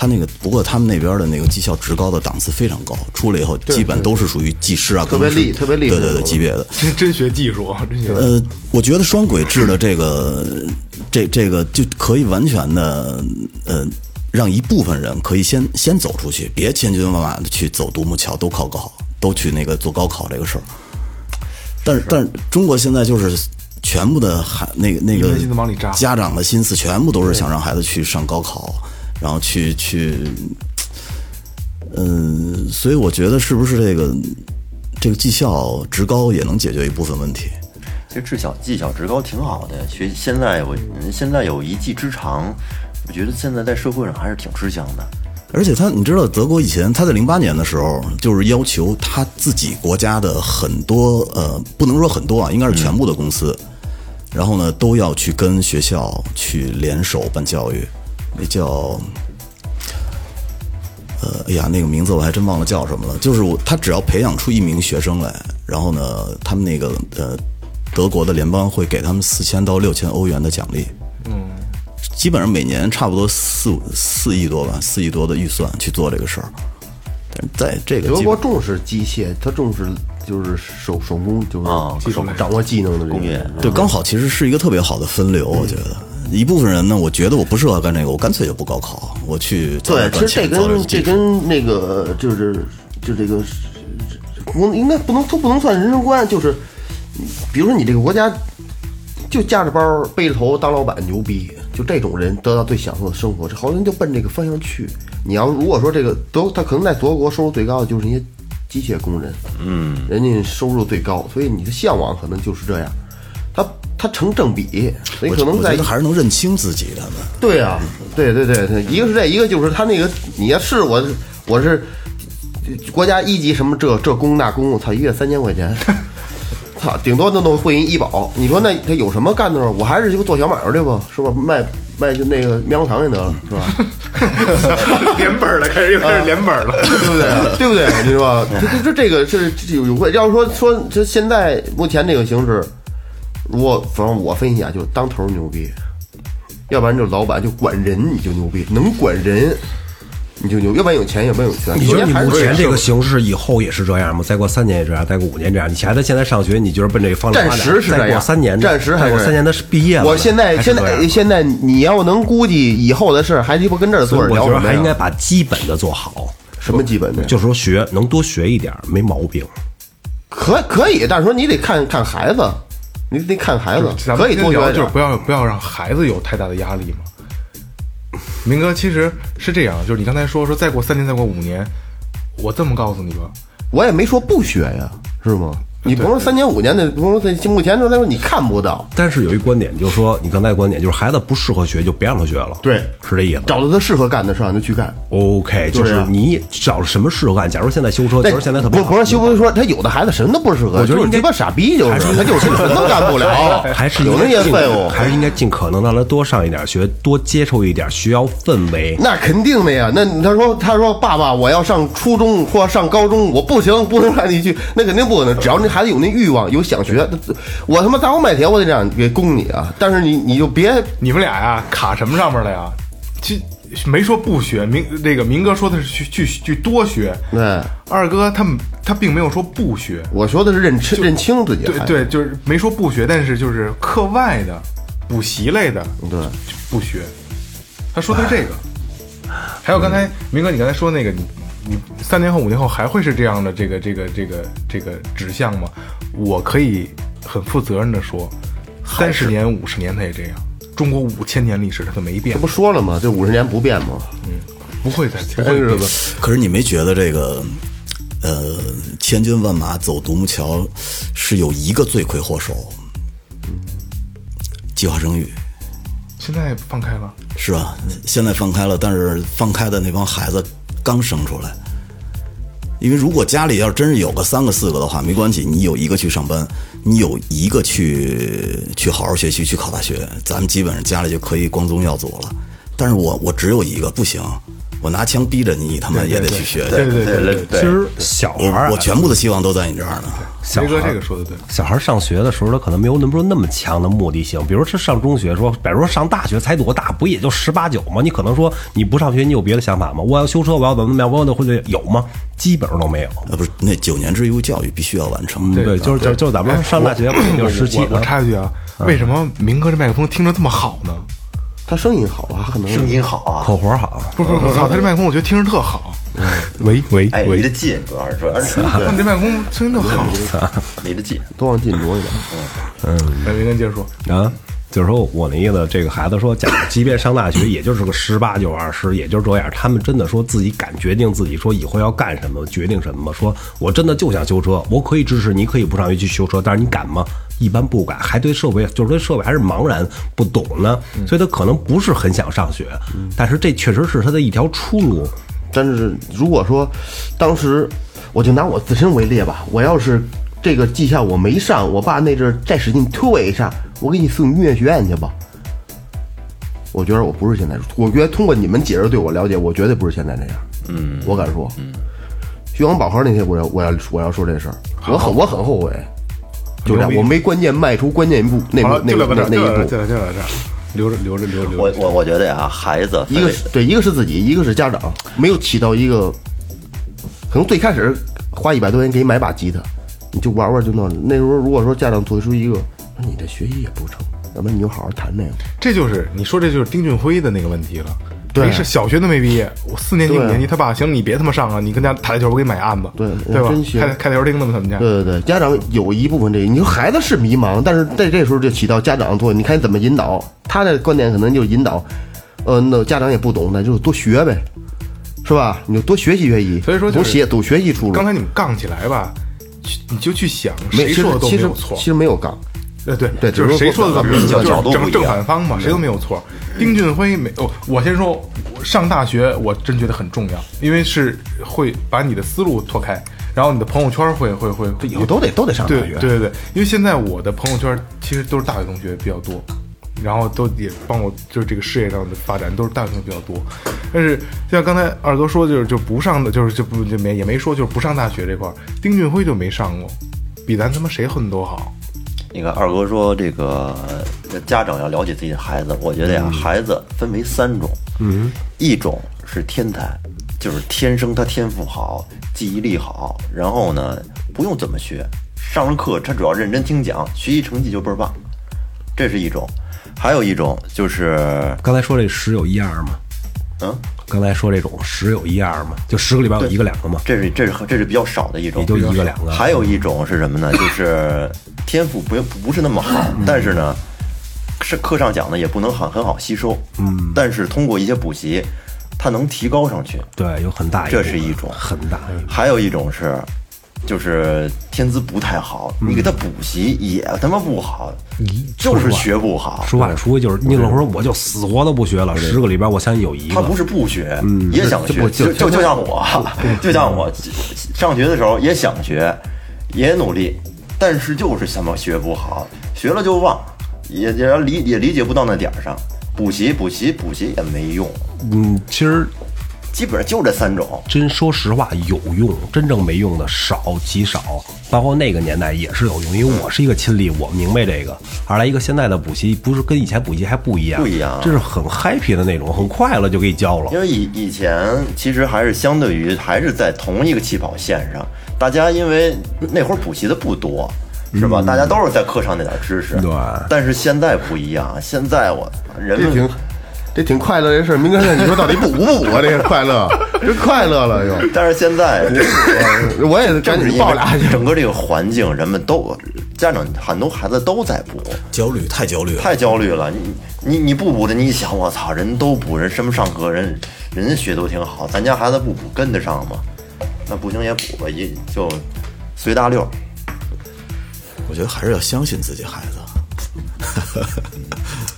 Speaker 6: 他那个不过他们那边的那个技校职高的档次非常高，出来以后基本都是属于技师啊，
Speaker 3: 特别
Speaker 6: 工程师
Speaker 3: 厉特别厉害
Speaker 6: 对对
Speaker 3: 那
Speaker 6: 对
Speaker 3: 种
Speaker 6: 级别的。
Speaker 2: 真真学技术，真学。
Speaker 6: 呃，我觉得双轨制的这个，这这个就可以完全的，呃，让一部分人可以先先走出去，别千军万马的去走独木桥，都考高，都去那个做高考这个事儿。但是，但是中国现在就是全部的孩那个那
Speaker 2: 一
Speaker 6: 个
Speaker 2: 门心思往里扎
Speaker 6: 家长的心思全部都是想让孩子去上高考，然后去去，嗯、所以我觉得是不是这个这个技校职高也能解决一部分问题？
Speaker 5: 其实技校技校职高挺好的，学现在我嗯现在有一技之长，我觉得现在在社会上还是挺吃香的。
Speaker 6: 而且他，你知道，德国以前他在零八年的时候，就是要求他自己国家的很多呃，不能说很多啊，应该是全部的公司，然后呢都要去跟学校去联手办教育，那叫呃，哎呀，那个名字我还真忘了叫什么了。就是我，他只要培养出一名学生来，然后呢，他们那个呃，德国的联邦会给他们四千到六千欧元的奖励。嗯，基本上每年差不多四五四亿多吧，四亿多的预算去做这个事儿。但是在这个
Speaker 3: 德
Speaker 6: 基
Speaker 3: 国
Speaker 6: 本
Speaker 3: 重视机械，他重视就是手手工，就是
Speaker 5: 啊
Speaker 3: 手掌握技能的
Speaker 5: 工
Speaker 3: 这
Speaker 5: 业
Speaker 3: 个。
Speaker 6: 对，刚好其实是一个特别好的分流，我觉得。一部分人呢，我觉得我不适合干这个，我干脆就不高考，我去早
Speaker 3: 对
Speaker 6: 点，
Speaker 3: 其实
Speaker 6: 赚
Speaker 3: 这
Speaker 6: 钱，早点
Speaker 3: 跟
Speaker 6: 技
Speaker 3: 这
Speaker 6: 术。
Speaker 3: 跟那个就是就这个不应该不能都不能算人生观，就是比如说你这个国家就夹着包背着头当老板牛逼，就这种人得到最享受的生活，这好多人就奔这个方向去。你要如果说这个德，他可能在德国收入最高的就是那些机械工人，嗯，人家收入最高，所以你的向往可能就是这样，他他成正比，所以
Speaker 6: 我
Speaker 3: 可
Speaker 6: 觉
Speaker 3: 能
Speaker 6: 我
Speaker 3: 在
Speaker 6: 觉得还是能认清自己的。他们
Speaker 3: 对啊，对对对对，一个是这，一个就是他那个，你要是我，我是国家一级什么这这公那公，我操，一月三千块钱，操，顶多弄弄会银医保。你说那他有什么干的呢？我还是就做小买卖去吧，是吧？卖卖就那个棉花糖也得了，是吧？
Speaker 2: 连本儿了，开始又
Speaker 6: 嗯
Speaker 2: 开始连本儿了。
Speaker 3: 对不对？对不对？ 你说吧，这这这个是这有有会，要是说说这现在目前这个形势，如果反正我分析啊，就是当头儿牛逼，要不然就是老板就管人你就牛逼，能管人你就牛，要不然有钱，要不然有权。
Speaker 4: 你觉得你
Speaker 3: 还是
Speaker 4: 目前这个形势以后也是这样吗？再过三年也这样，再过五年这样？你孩子现在上学，你觉得奔这个方向
Speaker 3: 暂
Speaker 4: 发展？
Speaker 3: 时是这
Speaker 4: 再过
Speaker 3: 样，
Speaker 4: 三年呢，
Speaker 3: 暂时还
Speaker 4: 再
Speaker 3: 是
Speaker 4: 过三年他是毕业了呢。
Speaker 3: 我现在
Speaker 4: 还是
Speaker 3: 现
Speaker 4: 这样
Speaker 3: 在现在你要能估计以后的事儿，还鸡巴跟这儿坐
Speaker 4: 所
Speaker 3: 着
Speaker 4: 以我
Speaker 3: 聊
Speaker 4: 觉
Speaker 3: 什
Speaker 4: 得
Speaker 3: 么
Speaker 4: 还
Speaker 3: 呀
Speaker 4: 应该把基本的做好，
Speaker 3: 什么基本的，
Speaker 4: 就是说学能多学一点儿没毛病。
Speaker 3: 可可以，但是说你得看看孩子，你得看孩子，
Speaker 2: 嗯咱们
Speaker 3: 可以
Speaker 2: 今
Speaker 3: 多
Speaker 2: 天
Speaker 3: 学
Speaker 2: 聊
Speaker 3: 点
Speaker 2: 就
Speaker 3: 儿
Speaker 2: 是。不要不要让孩子有太大的压力嘛。明哥，其实是这样，就是你刚才说说再过三年，再过五年，我这么告诉你吧，
Speaker 3: 我也没说不学呀，是吗？你甭说三年五年的，甭说在目前说来说你看不到，
Speaker 4: 但是有一观点，就是说你刚才的观点，就是孩子不适合学就别让他学了，
Speaker 3: 对
Speaker 4: 是这意思。
Speaker 3: 找到他适合干的事儿你就去干。
Speaker 4: OK，就
Speaker 3: 对
Speaker 4: 是
Speaker 3: 啊
Speaker 4: 你找什么适合干？假如现在修车，
Speaker 3: 那
Speaker 4: 就是现在特
Speaker 3: 不
Speaker 4: 别
Speaker 3: 是
Speaker 4: 好
Speaker 3: 不是修不是说他有的孩子什么都不适合，
Speaker 4: 我觉
Speaker 3: 就
Speaker 4: 得
Speaker 3: 是
Speaker 4: 应该
Speaker 3: 鸡巴傻逼，就是他就是什么都干不了，
Speaker 4: 还是
Speaker 3: 有那
Speaker 4: 应该
Speaker 3: 些
Speaker 4: 尽
Speaker 3: 废物，
Speaker 4: 还是应该尽可能让他多上一点学，多接触一点学校氛围。
Speaker 3: 那肯定的呀。那他说他说爸爸，我要上初中或上高中，我不行，不能让你去，那肯定不可能。只要那孩子有那欲望，有想学，那我他妈砸锅卖铁，我得这样给供你啊。但是你你就别
Speaker 2: 你们俩呀、卡什么上面了呀？其没说不学，明这个明哥说的是去去去多学，
Speaker 3: 对，
Speaker 2: 二哥他们他并没有说不学，
Speaker 3: 我说的是认清认清自己
Speaker 2: 对
Speaker 3: 还，
Speaker 2: 对，就是没说不学，但是就是课外的补习类的
Speaker 3: 对，
Speaker 2: 不学，他说的是这个。还有刚才明哥，你刚才说那个，你你三年后、五年后还会是这样的这个这个这个这个指向吗？我可以很负责任的说，三十年、五十年它也这样。中国五千年历史它都没变
Speaker 3: 这，不说了吗？这五十年不变吗？
Speaker 2: 不会再不
Speaker 3: 真
Speaker 2: 会
Speaker 3: 是
Speaker 2: 变
Speaker 3: 的。
Speaker 6: 可是你没觉得这个，呃，千军万马走独木桥是有一个罪魁祸首，计划生育
Speaker 2: 现在放开了，
Speaker 6: 是吧？现在放开了，但是放开的那帮孩子刚生出来，因为如果家里要真是有个三个四个的话，没关系，你有一个去上班，你有一个去去好好学习，去考大学，咱们基本上家里就可以光宗耀祖了。但是我我只有一个，不行，我拿枪逼着你，你他妈也得去学去。
Speaker 2: 对对对，
Speaker 5: 对
Speaker 4: 其
Speaker 5: 对，
Speaker 4: 实小孩儿
Speaker 6: 我
Speaker 4: 啊，
Speaker 6: 我全部的希望都在你这儿呢。
Speaker 4: 小
Speaker 2: 雷
Speaker 4: 孩
Speaker 2: 哥
Speaker 4: 儿
Speaker 2: 这个说的对，
Speaker 4: 小孩上学的时候，他可能没有那么说那么强的目的性，比如说上中学说，比如说上大学才多大，不也就十八九吗？你可能说你不上学，你有别的想法吗？我要修车，我要怎么怎么样，我要或者有吗？基本上都没有。
Speaker 6: 呃，不是，那九年制义务教育必须要完
Speaker 2: 嗯
Speaker 6: 成。
Speaker 4: 对，哎就是就是就是咱们上大学可能就是十七
Speaker 2: 我，我插一句啊，为什么明哥这麦克风听着这么好呢？
Speaker 3: 他声音好啊，可能
Speaker 5: 声音好啊，
Speaker 4: 口活好，
Speaker 2: 不是不是，我操，他这麦克风我觉得听着特好。喂喂
Speaker 5: 哎，离
Speaker 2: 喂
Speaker 5: 得，近，主要是主要 是
Speaker 2: 那这麦克风声音特好。
Speaker 5: 离得近。
Speaker 3: 都往近挪一点。
Speaker 2: 来，明哥接着说，
Speaker 4: 啊，就是说我那意思，这个孩子说，假如即便上大学，也就是个十八九、二十，也就是这样。他们真的说自己敢决定自己说以后要干什么，决定什么。说我真的就想修车，我可以支持你，可以不上学去修车，但是你敢吗？一般不敢，还对社会就是对社会还是茫然不懂呢，
Speaker 3: 嗯
Speaker 4: 所以他可能不是很想上学，但是这确实是他的一条出路。
Speaker 3: 但是如果说当时，我就拿我自身为例吧，我要是这个技校我没上，我爸那阵儿再使劲推我一下，我给你送音乐学院去吧。我觉得我不是现在，我觉得通过你们解释对我了解，我绝对不是现在这样。嗯，我敢说，徐王宝和那天我要我要我要说这事儿，我很我很后悔，就这样，我没关键迈出关键一步，那
Speaker 2: 好了，
Speaker 3: 那
Speaker 2: 就聊
Speaker 3: 个
Speaker 2: 到这
Speaker 3: 那那
Speaker 2: 儿，就
Speaker 3: 一步，
Speaker 2: 聊到这儿，就聊到这儿，留着留着留着留
Speaker 5: 我
Speaker 2: 着。
Speaker 5: 我我觉得呀，孩子
Speaker 3: 一
Speaker 5: 分
Speaker 3: 个
Speaker 5: 为
Speaker 3: 是对，一个是自己，一个是家长，没有起到一个，可能最开始花一百多钱给你买把吉他，你就玩玩就弄。那时候如果说家长做出一个，那你这学习也不成，要不然你就好好弹那个。
Speaker 2: 这就是你说，这就是丁俊晖的那个问题了。
Speaker 3: 对
Speaker 2: 没事，小学都没毕业，我四年级
Speaker 3: 对
Speaker 2: 五年级，他爸行，你别他妈上了，你跟家打台球，我给你买案子，
Speaker 3: 对
Speaker 2: 对吧
Speaker 3: 真？行
Speaker 2: 开开台球厅的嘛，他们家。
Speaker 3: 对对对，家长有一部分这个，你说孩子是迷茫，但是在这时候就起到家长的作用，你看你怎么引导。他的观点可能就是引导，呃，那家长也不懂，那就多学呗，是吧？你就多学习学习，
Speaker 2: 所以说就
Speaker 3: 多
Speaker 2: 是
Speaker 3: 写走学习出路。
Speaker 2: 刚才你们杠起来吧，去你就去想
Speaker 3: 没
Speaker 2: 谁
Speaker 3: 其实
Speaker 2: 说的都
Speaker 3: 其
Speaker 2: 没
Speaker 3: 实
Speaker 2: 有错
Speaker 3: 其。实没有杠，
Speaker 2: 呃，对
Speaker 3: 对
Speaker 2: 就是
Speaker 3: 只
Speaker 2: 谁
Speaker 3: 是
Speaker 2: 说
Speaker 3: 说
Speaker 2: 的都没有
Speaker 3: 咱们
Speaker 2: 错，
Speaker 3: 角
Speaker 2: 就是
Speaker 5: 度不
Speaker 2: 正
Speaker 5: 一
Speaker 2: 正
Speaker 5: 样
Speaker 2: 反方嘛，谁都没有错。丁俊晖没哦，我先说，我上大学我真觉得很重要，因为是会把你的思路拓开，然后你的朋友圈会会会
Speaker 3: 以后都得都得上大
Speaker 2: 对
Speaker 3: 学。
Speaker 2: 对对对，因为现在我的朋友圈其实都是大学同学比较多，然后都也帮我就是这个事业上的发展都是大学同学比较多。但是像刚才二哥说，就是就不上的，就是就不就没也没说就是不上大学这块儿，丁俊晖就没上过，比咱他妈谁混都好。
Speaker 5: 那个二哥说，这个呃家长要了解自己的孩子，我觉得呀，孩子分为三种，嗯，一种是天才，就是天生他天赋好，记忆力好，然后呢不用怎么学，上完课他只要认真听讲，学习成绩就倍儿棒，这是一种。还有一种就是，
Speaker 4: 刚才说这十有一二嘛，
Speaker 5: 嗯，
Speaker 4: 刚才说这种十有一二嘛，就十个里边有一个两个嘛，
Speaker 5: 这是这是这是比较少的一种，
Speaker 4: 也就一个两个
Speaker 5: 还有一种是什么呢？就是天赋不不是那么好，
Speaker 4: 嗯
Speaker 5: 但是呢，是课上讲的也不能很很好吸收。嗯，但是通过一些补习，它能提高上去。
Speaker 4: 对，有很大一部
Speaker 5: 这
Speaker 4: 分，
Speaker 5: 是一种
Speaker 4: 很大一部分
Speaker 3: 嗯
Speaker 5: 还有一种是，就是天资不太好，
Speaker 4: 嗯
Speaker 5: 你给他补习也他妈不好，就是学不好。
Speaker 4: 说话也说，就是宁可说我就死活都不学了。十个里边，我相信有一
Speaker 5: 他不
Speaker 4: 个
Speaker 5: 是不学，也想
Speaker 3: 这不
Speaker 5: 学，就
Speaker 3: 就
Speaker 5: 就就像我，就像我上学的时候也想学，也努力，但是就是他妈学不好，学了就忘，也也理也理解不到那点儿上，补习补习补习也没用，
Speaker 4: 嗯，其实
Speaker 5: 基本上就这三种。
Speaker 4: 真说实话有用，真正没用的少极少。包括那个年代也是有用，因
Speaker 3: 嗯
Speaker 4: 为我是一个亲历，我明白这个。二来一个现在的补习不是跟以前补习还不一样，
Speaker 5: 不一样
Speaker 4: 这是很 happy 的那种，很快乐就给你教了
Speaker 5: 因。为以以前其实还是相对于还是在同一个起跑线上，大家因为那会儿补习的不多，是吧？大家都是在课上那点知识。
Speaker 4: 对
Speaker 5: 但是现在不一样，现在我人
Speaker 3: 这
Speaker 5: 们
Speaker 3: 挺这挺快乐这事儿，明哥，你说到底补不补啊？这个快 乐，这快乐了又。
Speaker 5: 但是现在
Speaker 3: 我也赶
Speaker 5: 正是
Speaker 3: 紧
Speaker 5: 因
Speaker 3: 报
Speaker 5: 为
Speaker 3: 俩去。
Speaker 5: 整个这个环境，人们都家长很多孩子都在补，
Speaker 6: 焦虑太焦虑啊了，
Speaker 5: 太焦虑了。你你你不补的，你一想我操，人都补，人什么上课人人家学都挺好，咱家孩子不补跟得上吗？那不行也补吧，也就随大溜。
Speaker 6: 我觉得还是要相信自己孩子。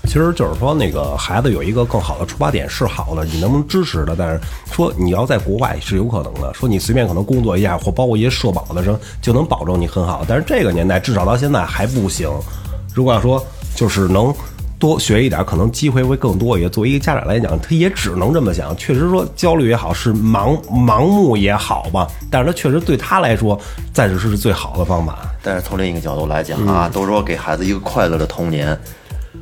Speaker 4: 其实就是说，那个孩子有一个更好的出发点是好的，你能不能支持的？但是说你要在国外是有可能的，说你随便可能工作一下或包括一些社保的时候就能保证你很好，但是这个年代至少到现在还不行。如果要说就是能多学一点，可能机会会更多一些。作为一个家长来讲，他也只能这么想。确实说焦虑也好，是盲盲目也好吧，但是他确实对他来说暂时是最好的方法。
Speaker 5: 但是从另一个角度来讲啊，都说给孩子一个快乐的童年，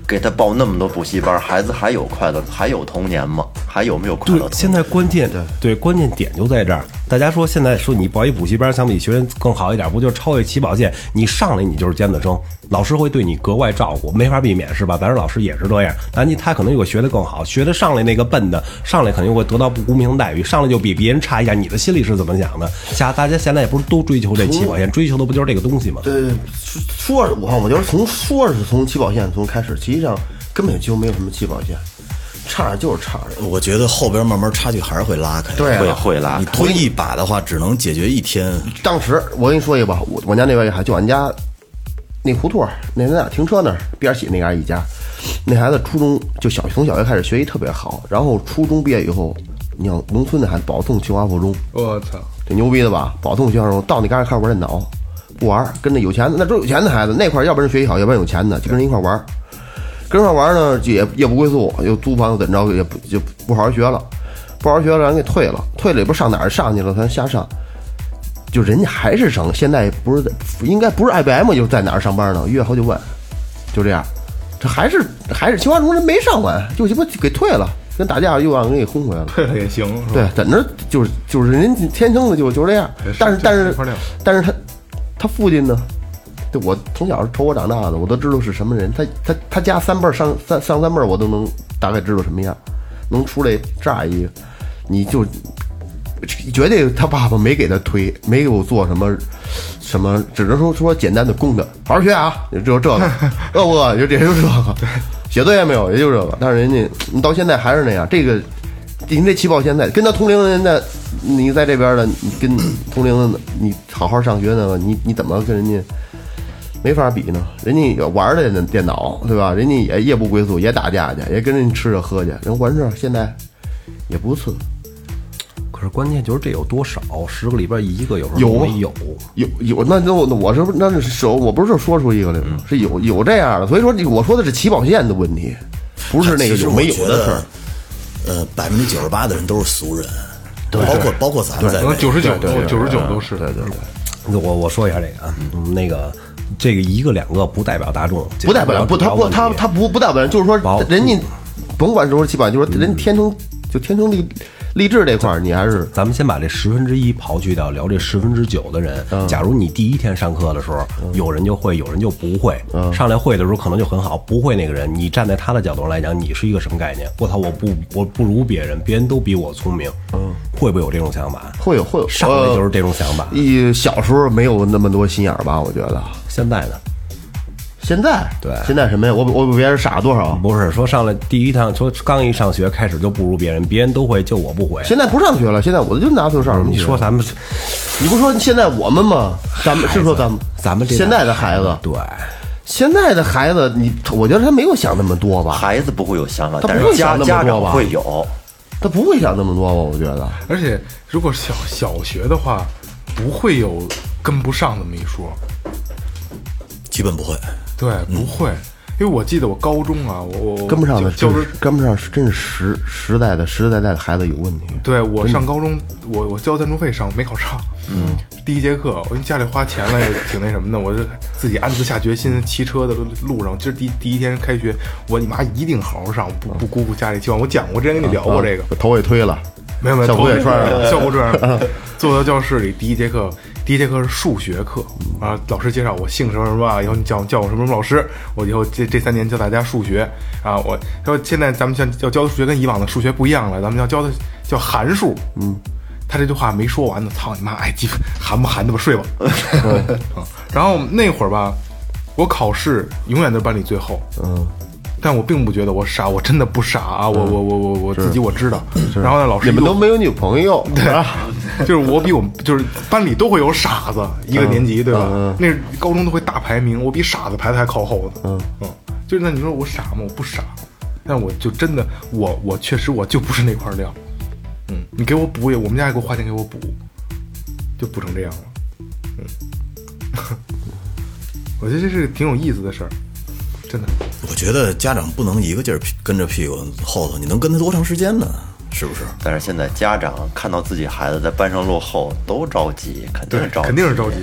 Speaker 5: 给他报那么多补习班，孩子还有快乐，还有童年吗？还有没有快
Speaker 4: 对
Speaker 5: 乐童，年？
Speaker 4: 现在关键对关键点就在这儿。大家说现在说你报一补习班，相比学生更好一点，不就是超越起跑线？你上来你就是尖子生，老师会对你格外照顾，没法避免是吧？咱这老师也是这样，但你他可能有个学的更好，学的上来那个笨的，上来肯定会得到不公平待遇，上来就比别人差一点，你的心里是怎么想的？下大家现在也不是都追求这起跑线，追求的不就是这个东西吗？
Speaker 3: 呃，说说我我觉得从说是从起跑线从开始，实际上根本就没有什么起跑线，差就是差。
Speaker 6: 我觉得后边慢慢差距还是会拉开，
Speaker 3: 对啊
Speaker 5: 会会拉
Speaker 6: 你
Speaker 5: 开
Speaker 6: 推一把的话，只能解决一天。
Speaker 3: 当时我跟你说一个吧，我我家那边一孩，就俺家那胡同儿那咱俩停车那儿边儿起那嘎一家，那孩子初中就小从小学开始学习特别好，然后初中毕业以后，你像农村的孩子保送清华附中，
Speaker 2: 我操，
Speaker 3: 挺牛逼的吧？保送学生到那嘎达开始玩电脑，不玩儿，跟那有钱的那都是有钱的孩子，那块儿要不然学习好，要不然有钱的，就跟人一块儿玩儿。跟人一块儿玩儿呢，也也不归宿，又租房又怎么着，也不就不好好学了，不好好学了，人给退了，退了也不知道上哪儿上去了，咱瞎上。就人家还是省，现在不是在应该不是 IBM 就是在哪儿上班呢？月好几万，就这样，这还是还是清华中人没上完，就鸡巴给退了，跟打架又让人给轰回来了。
Speaker 2: 退了 也行， 是吧？
Speaker 3: 对，在那儿就是就是人家天生的就就是这样
Speaker 2: 也是，
Speaker 3: 但哎是
Speaker 2: 这
Speaker 3: 但是
Speaker 2: 这块料
Speaker 3: 但是他他父亲呢，就我从小瞅我长大的，我都知道是什么人，他他他家三辈儿上三上三辈儿我都能大概知道什么样，能出来炸一个，你就绝对他爸爸没给他推，没给我做什么什么，只能说说简单的供的，好好学啊， 就就这个，饿不饿就这就这个，写作业没有也就这个，但是人家你到现在还是那样，这个您这起跑现在跟他同龄人的，你在这边的，你跟同龄的你好好上学呢，你你怎么跟人家？没法比呢，人家也玩的电脑，对吧？人家也夜不归宿，也打架去，也跟人吃着喝去，人完事儿现在也不次，
Speaker 4: 可是关键就是这有多少，十个里边一个有时候
Speaker 3: 有
Speaker 4: 都
Speaker 3: 啊
Speaker 4: 没有。
Speaker 3: 有有，那那我那我是不是那是手，我不是说出一个来
Speaker 4: 嗯
Speaker 3: 吗？是有有这样的，所以说这我说的是起跑线的问题，不是那个
Speaker 6: 其实
Speaker 3: 有
Speaker 6: 我
Speaker 3: 没
Speaker 6: 觉
Speaker 3: 有的事儿
Speaker 6: 得。，呃，百分之九十八的人都是俗人，包括包括咱们在
Speaker 2: 可能
Speaker 6: 内
Speaker 2: 九十九都九十九都是，
Speaker 3: 对对对，
Speaker 4: 我我说一下这个啊，嗯，那个这个一个两个不代表大众，
Speaker 3: 不代表不他不他他不不代表，就是
Speaker 4: 保
Speaker 3: 说人家甭管说是起跑，就是说人天生就天生丽励志这块儿，你还是
Speaker 4: 咱们先把这十分之一刨去掉，聊这十分之九的人。
Speaker 3: 嗯
Speaker 4: 假如你第一天上课的时候，有人就会，有人就不会。
Speaker 3: 嗯
Speaker 4: 上来会的时候可能就很好，不会那个人，你站在他的角度上来讲，你是一个什么概念？我操，我不我不如别人，别人都比我聪明。嗯，会不会有这种想法？
Speaker 3: 会有会有
Speaker 4: 上来就是这种想法。
Speaker 3: 呃一小时候没有那么多心眼儿吧，我觉得
Speaker 4: 现在呢？
Speaker 3: 现在
Speaker 4: 对
Speaker 3: 现在什么呀？我比我比别人傻多少？
Speaker 4: 不是说上来第一趟，说刚一上学开始就不如别人，别人都会，就我不会。
Speaker 3: 现在不上学了，现在我就拿不出上什么
Speaker 4: 嗯你
Speaker 3: 学
Speaker 4: 说咱们
Speaker 3: 你不说现在我们吗？咱们是说咱们
Speaker 4: 咱们这代嗯
Speaker 3: 现在的孩子，
Speaker 4: 对。
Speaker 3: 现在的孩子，你我觉得他没有想那么多吧，
Speaker 5: 孩子不会有想法，
Speaker 3: 他不
Speaker 5: 但
Speaker 3: 会
Speaker 5: 是家
Speaker 3: 想那么多
Speaker 5: 家长
Speaker 3: 吧
Speaker 5: 会有。
Speaker 3: 他不会想那么多吧？我觉得
Speaker 2: 而且如果小小学的话，不会有跟不上这么一说，
Speaker 6: 基本不会。
Speaker 2: 对，不会，因为我记得我高中啊，我我
Speaker 3: 嗯跟不上的
Speaker 2: 教
Speaker 3: 就
Speaker 2: 教
Speaker 3: 是跟不上，是真是实实在的实实在在的孩子有问题。
Speaker 2: 对我上高中，我我交赞助费上没考上，嗯， 第一节课我因为家里花钱了也挺那什么的，我就自己暗自下决心，骑车的路上，今儿第第一天开学，我你妈一定好好上，不不辜负家里期望。我讲过，之前跟你聊过这个，
Speaker 3: 啊头也推了，
Speaker 2: 没有没有，
Speaker 3: 校服也穿上了，嗯
Speaker 2: 了，校服穿上了。 坐到教室里，第一节课，第一节课是数学课啊，老师介绍我姓什么什么啊，以后你叫叫我什么什么老师，我以后这这三年教大家数学啊，我他说现在咱们像要教的数学跟以往的数学不一样了，咱们要教的叫函数，嗯。他这句话没说完呢，操你妈！哎，鸡含不含的吧，睡吧。 嗯然后那会儿吧，我考试永远都是班里最后。嗯，但我并不觉得我傻，我真的不傻啊！我我我我我自己我知道。然后呢，老师
Speaker 3: 嗯你们
Speaker 2: 又
Speaker 3: 都没有女朋友，啊
Speaker 2: 就是我比我们就是班里都会有傻子，一个年级对
Speaker 5: 嗯
Speaker 2: 吧？那是高中都会大排名，我比傻子排的还靠后呢。嗯就是那你说我傻吗？我不傻，但我就真的我我确实我就不是那块料。嗯，你给我补也，我们家也给我花钱给我补，就补成这样了。嗯， 我觉得这是挺有意思的事儿，真的。
Speaker 6: 我觉得家长不能一个劲儿跟着屁股后头，你能跟他多长时间呢？是不是？
Speaker 5: 但是现在家长看到自己孩子在班上落后，都着急，肯定着急，
Speaker 2: 肯定是着急，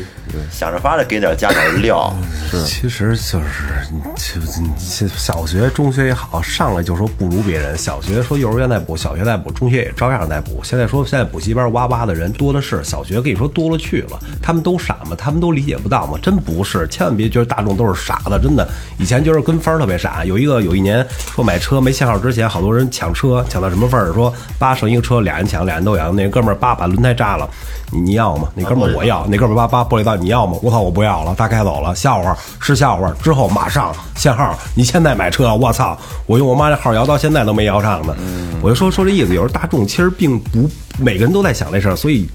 Speaker 5: 想着法儿得给点家长料。
Speaker 4: 嗯其实就是你就你这小学、中学也好，上来就说不如别人。小学说幼儿园在补，小学在补，中学也照样在补。现在说现在补习班哇哇的人多的是，小学可以说多了去了。他们都傻吗？他们都理解不到吗？真不是，千万别觉得大众都是傻子，真的。以前觉得跟风儿特别傻。有一个有一年说买车没限号之前，好多人抢车，抢到什么份儿？说八剩一个车，俩人抢，俩人都要。那哥们儿叭把轮胎炸了，你你要吗？那哥们儿我要，那哥们儿叭叭玻璃道你要吗？我操，我不要了，他开走了，笑话是笑话。之后马上限号，你现在买车，我操，我用我妈这号摇到现在都没摇上呢。我就说说这意思，有时候大众其实并不每个人都在想这事儿，所以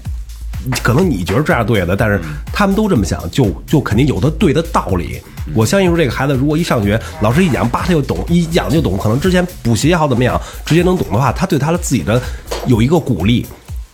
Speaker 4: 可能你觉得这样对的，但是他们都这么想，就就肯定有他对的道理。我相信说这个孩子，如果一上学，老师一讲，叭他就懂，一讲就懂。可能之前补习也好怎么样，直接能懂的话，他对他的自己的有一个鼓励，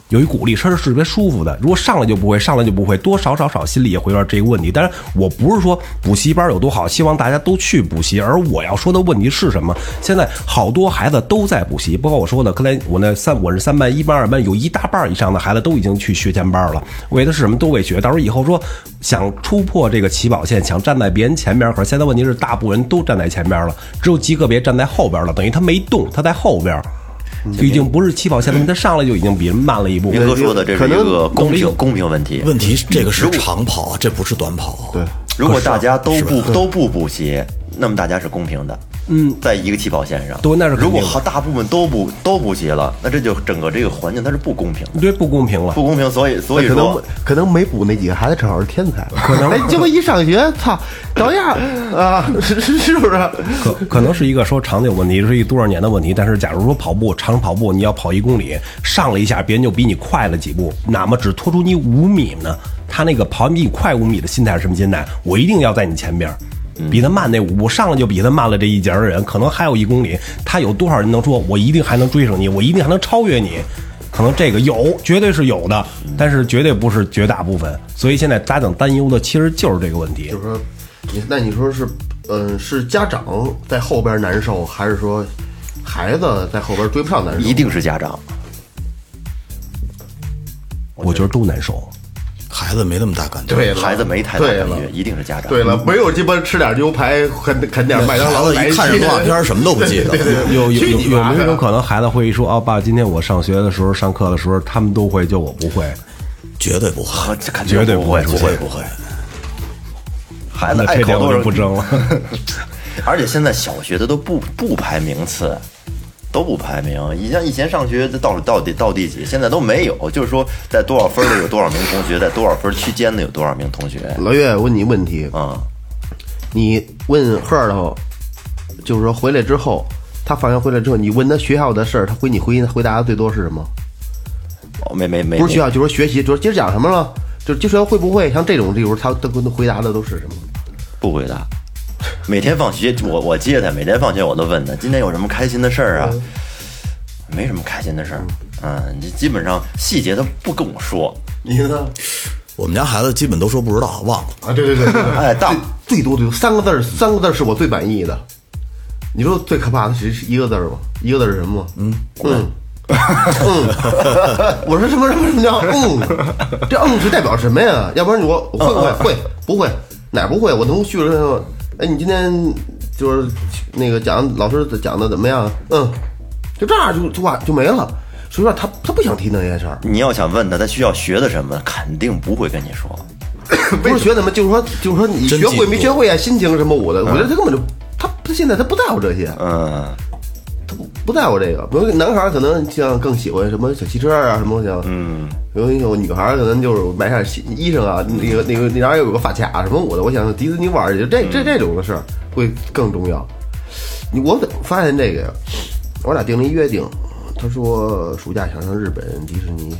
Speaker 4: 有一鼓励，他是特别舒服的。如果上来就不会，上来就不会，多少少少心里也会有点这个问题。但是我不是说补习班有多好，希望大家都去补习。而我要说的问题是什么？现在好多孩子都在补习，包括我说的，刚才我那三我是三班、一班、二班，有一大半以上的孩子都已经去学前班了。为的是什么？都为学。到时候以后说想突破这个起跑线，想站在别人前边，可是现在问题是，大部分人都站在前边了，只有极个别站在后边了，等于他没动，他在后边。就已经不是起跑线了，他上来就已经比人慢了一步。
Speaker 5: 明哥说的这是一个公平公平问题。
Speaker 6: 问题是这个是长跑
Speaker 3: 嗯
Speaker 6: 啊，这不是短跑。对，
Speaker 5: 如果大家都不都不补习，那么大家是公平的。嗯，在一个起跑线上，
Speaker 4: 对那是肯定
Speaker 5: 如
Speaker 4: 的
Speaker 5: 果好大部分都不都补习了，那这就整个这个环境它是不公平的，
Speaker 4: 对，不公平了。
Speaker 5: 不公平。所以所以
Speaker 3: 可能
Speaker 5: 说，
Speaker 3: 可能没补那几个孩子正好是天才，可能哎，结果一上学，操，照样啊，是是是不是？
Speaker 4: 可可能是一个说长久问题，是一多少年的问题。但是，假如说跑步长跑步，你要跑一公里，上了一下，别人就比你快了几步，哪怕只拖出你五米呢，他那个跑完比你快五米的心态是什么心态？我一定要在你前边儿。比他慢那五步，上来就比他慢了这一截儿的人，可能还有一公里，他有多少人能说，我一定还能追上你，我一定还能超越你？可能这个有，绝对是有的，但是绝对不是绝大部分。所以现在家长担忧的其实就是这个问题。
Speaker 3: 说你那你说是，嗯，是家长在后边难受，还是说孩子在后边追不上难受？
Speaker 5: 一定是家长。
Speaker 4: 我觉得都难受。
Speaker 6: 孩子没那么大感觉。
Speaker 3: 对了，
Speaker 5: 孩子没太大
Speaker 3: 对
Speaker 5: 感
Speaker 3: 了
Speaker 5: 觉，，一定是家长。
Speaker 3: 对了，没有鸡巴吃点牛排，啃啃点麦当劳，
Speaker 6: 孩子一看
Speaker 3: 来
Speaker 6: 动画片，什么都不 记得。
Speaker 4: 有有
Speaker 3: 去
Speaker 4: 有
Speaker 3: 你
Speaker 4: 有
Speaker 3: 妈
Speaker 4: 没有一
Speaker 3: 的
Speaker 4: 种可能，孩子会说：“哦，爸，今天我上学的时候，上课的时候，他们都会，就我不会。
Speaker 6: 绝对不会，
Speaker 5: 啊这肯定
Speaker 4: 绝对不
Speaker 5: 不
Speaker 4: 会
Speaker 5: 不
Speaker 4: 出
Speaker 6: 不
Speaker 4: 现
Speaker 6: 会
Speaker 5: 会。
Speaker 6: 不 会。
Speaker 5: 孩子
Speaker 4: 那
Speaker 5: 爱
Speaker 4: 这点
Speaker 5: 考
Speaker 4: 我
Speaker 5: 多
Speaker 4: 就
Speaker 5: 少
Speaker 4: 不争了。
Speaker 5: 而且现在小学的都不不排名次，都不排名。以前以前上学的到到底到第几，现在都没有，就是说在多少分儿的有多少名同学，在多少分儿区间的有多少名同学
Speaker 3: 老岳，我问你问题，
Speaker 5: 啊、
Speaker 3: 你问赫尔头，就是说回来之后，他放学回来之后，你问他学校的事儿，他回你回回答的最多是什么？
Speaker 5: 哦没没没，
Speaker 3: 不是学校，就是说学习，就是今儿讲什么了，就是今儿学校会不会像这种，这种他他回答的都是什么？
Speaker 5: 不回答。每天放学，我我接他，每天放学我都问他，今天有什么开心的事儿
Speaker 3: 嗯
Speaker 5: 啊？没什么开心的事儿，嗯，你基本上细节他不跟我说。
Speaker 3: 你呢？
Speaker 6: 我们家孩子基本都说不知道，忘了。
Speaker 3: 啊，对对对，
Speaker 5: 哎，大
Speaker 3: 最多最多三个字儿，三个字儿是我最满意的。你说最可怕的是一个字儿吗？一个字儿是什么吗？嗯嗯。嗯，我说什么什么什么叫嗯？这嗯是代表什么呀？要不然我会不会会不会哪儿不会？我能叙述说，哎，你今天就是那个讲老师讲的怎么样？嗯，就这样就就完就没了。所以说他他不想提那件事儿，
Speaker 5: 你要想问他，他需要学的什么，肯定不会跟你说。
Speaker 3: 不是学怎么，就是说就是说你
Speaker 6: 真
Speaker 3: 学会没
Speaker 6: 嫉妒
Speaker 3: 学会啊，心情什么我的，我觉得他根本就他他现在他不在乎这些，
Speaker 5: 嗯，
Speaker 3: 他不不在乎这个。比如男孩儿可能像更喜欢什么小汽车啊，什么像，嗯，比如有女孩儿可能就是买件新衣裳啊，那个那个那哪儿有个发卡啊什么我的，我想迪士尼玩儿去，这这这种的事儿会更重要。你我发现这个呀，我俩定了一约定，他说暑假想上日本迪士尼，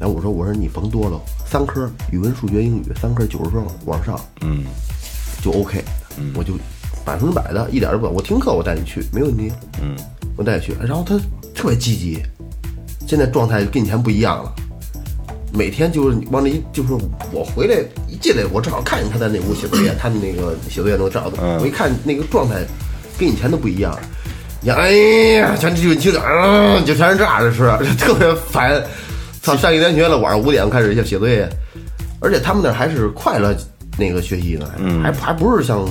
Speaker 3: 然后我说我说你甭多了，三科语文、数学、英语三科九十分往上，嗯，就 OK，我就百分之百的，一点儿都不管，我听课我带你去，没问题，嗯，我带你去，然后他特别积极，现在状态跟以前不一样了。每天就是往那一，就是我回来一进来，我正好看见他在那屋写作业，他们那个写作业那个照，我一看那个状态跟以前都不一样。你看哎呀，全就就啊， 就全是这样的事，特别烦。操，上一天学了，晚上五点开始要写作业，而且他们那儿还是快乐那个学习呢，还还不是像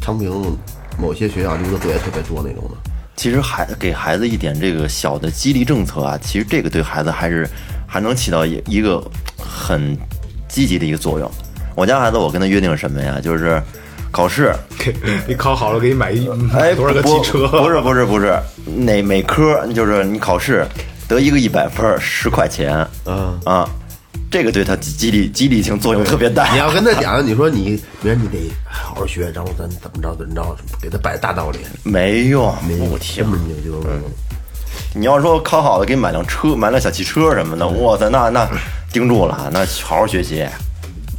Speaker 3: 昌平某些学校留的作业特别多那种的。
Speaker 5: 其实孩给孩子一点这个小的激励政策啊，其实这个对孩子还是还能起到一一个很积极的一个作用。我家孩子，我跟他约定是什么呀？就是考试，
Speaker 2: 给 你考好了，给你买一
Speaker 5: 哎，
Speaker 2: 买多少个汽车？
Speaker 5: 不不是不是不是，哪每科就是你考试得一个一百分儿，十块钱。嗯啊，这个对他激励激励性作用特别大。
Speaker 3: 你要跟他讲，你说你明儿你得好好学，然后咱怎么着怎么着，给他摆大道理。
Speaker 5: 没用，不
Speaker 3: 天
Speaker 5: 听。
Speaker 3: 不你嗯就
Speaker 5: 你要说考好了给你买辆车，买辆小汽车什么的，哇塞，那那盯住了，那好好学习。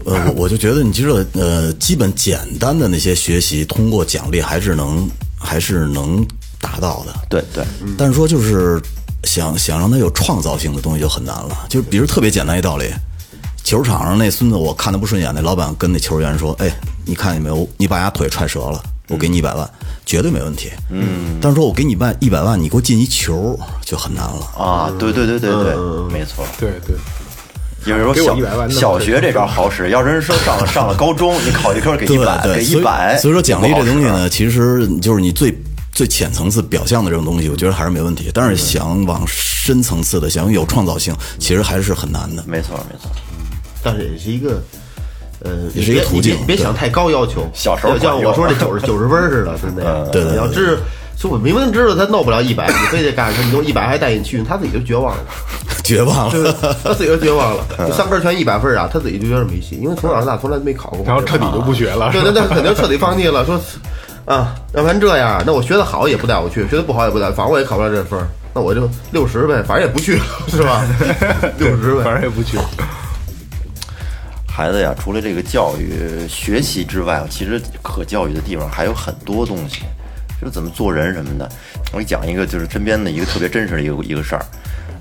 Speaker 6: 呃，我我就觉得你知道，呃，基本简单的那些学习，通过奖励还是能还是能达到的。
Speaker 5: 对对，
Speaker 6: 但是说就是想想让他有创造性的东西就很难了。就是比如特别简单一道理，球场上那孙子我看他不顺眼，那老板跟那球员说：“哎，你看见没有？你把人家腿踹折了，我给你一百万，绝对没问题。”嗯，但是说我给你办一百万，你给我进一球就很难了。
Speaker 5: 啊，对对对对
Speaker 6: 嗯
Speaker 5: 对，没错。
Speaker 2: 对对，
Speaker 5: 有人说
Speaker 2: 给我
Speaker 5: 小
Speaker 2: 100万那
Speaker 5: 小
Speaker 2: 我
Speaker 5: 学这招好使，要是人说上了上了高中，你考一科给
Speaker 6: 对
Speaker 5: 一百，
Speaker 6: 对，
Speaker 5: 给
Speaker 6: 所
Speaker 5: 一
Speaker 6: 以
Speaker 5: 百，
Speaker 6: 所以说奖励
Speaker 5: 不好
Speaker 6: 这
Speaker 5: 使啊
Speaker 6: 东西呢，其实就是你最最浅层次表象的这种东西，我觉得还是没问题。但是想往深层次的，想有创造性，其实还是很难的。
Speaker 5: 没错没错。
Speaker 3: 但是也是一个，呃，
Speaker 6: 也是一个
Speaker 3: 别
Speaker 6: 途径
Speaker 3: 你别别
Speaker 6: 对
Speaker 3: 想太高要求。
Speaker 5: 小时候
Speaker 3: 要像
Speaker 5: 管用
Speaker 3: 我说这九十九十分儿似的，是那样。
Speaker 6: 对对对
Speaker 3: 你要知，就我明明知道他弄不了一百， 你非得赶上他，你弄一百还带你去，他自己就绝望了，
Speaker 6: 绝望
Speaker 3: 对
Speaker 6: 了，
Speaker 3: 他自己就绝望了。就三科全一百分儿啊，他自己就觉得没戏，因为从小到大从来没考过。
Speaker 2: 然后彻底就不学了，
Speaker 3: 对对对，肯定彻底放弃了。说啊，要不然这样，那我学的好也不带我去，学的不好也不带，反正我也考不了这分儿，那我就六十呗，反正也不去了，是吧？六十
Speaker 2: 反
Speaker 3: 呗。
Speaker 2: 正也不去。
Speaker 5: 孩子呀，除了这个教育学习之外，啊其实可教育的地方还有很多东西，就是怎么做人什么的。我给你讲一个，就是身边的一个特别真实的一个一个事儿。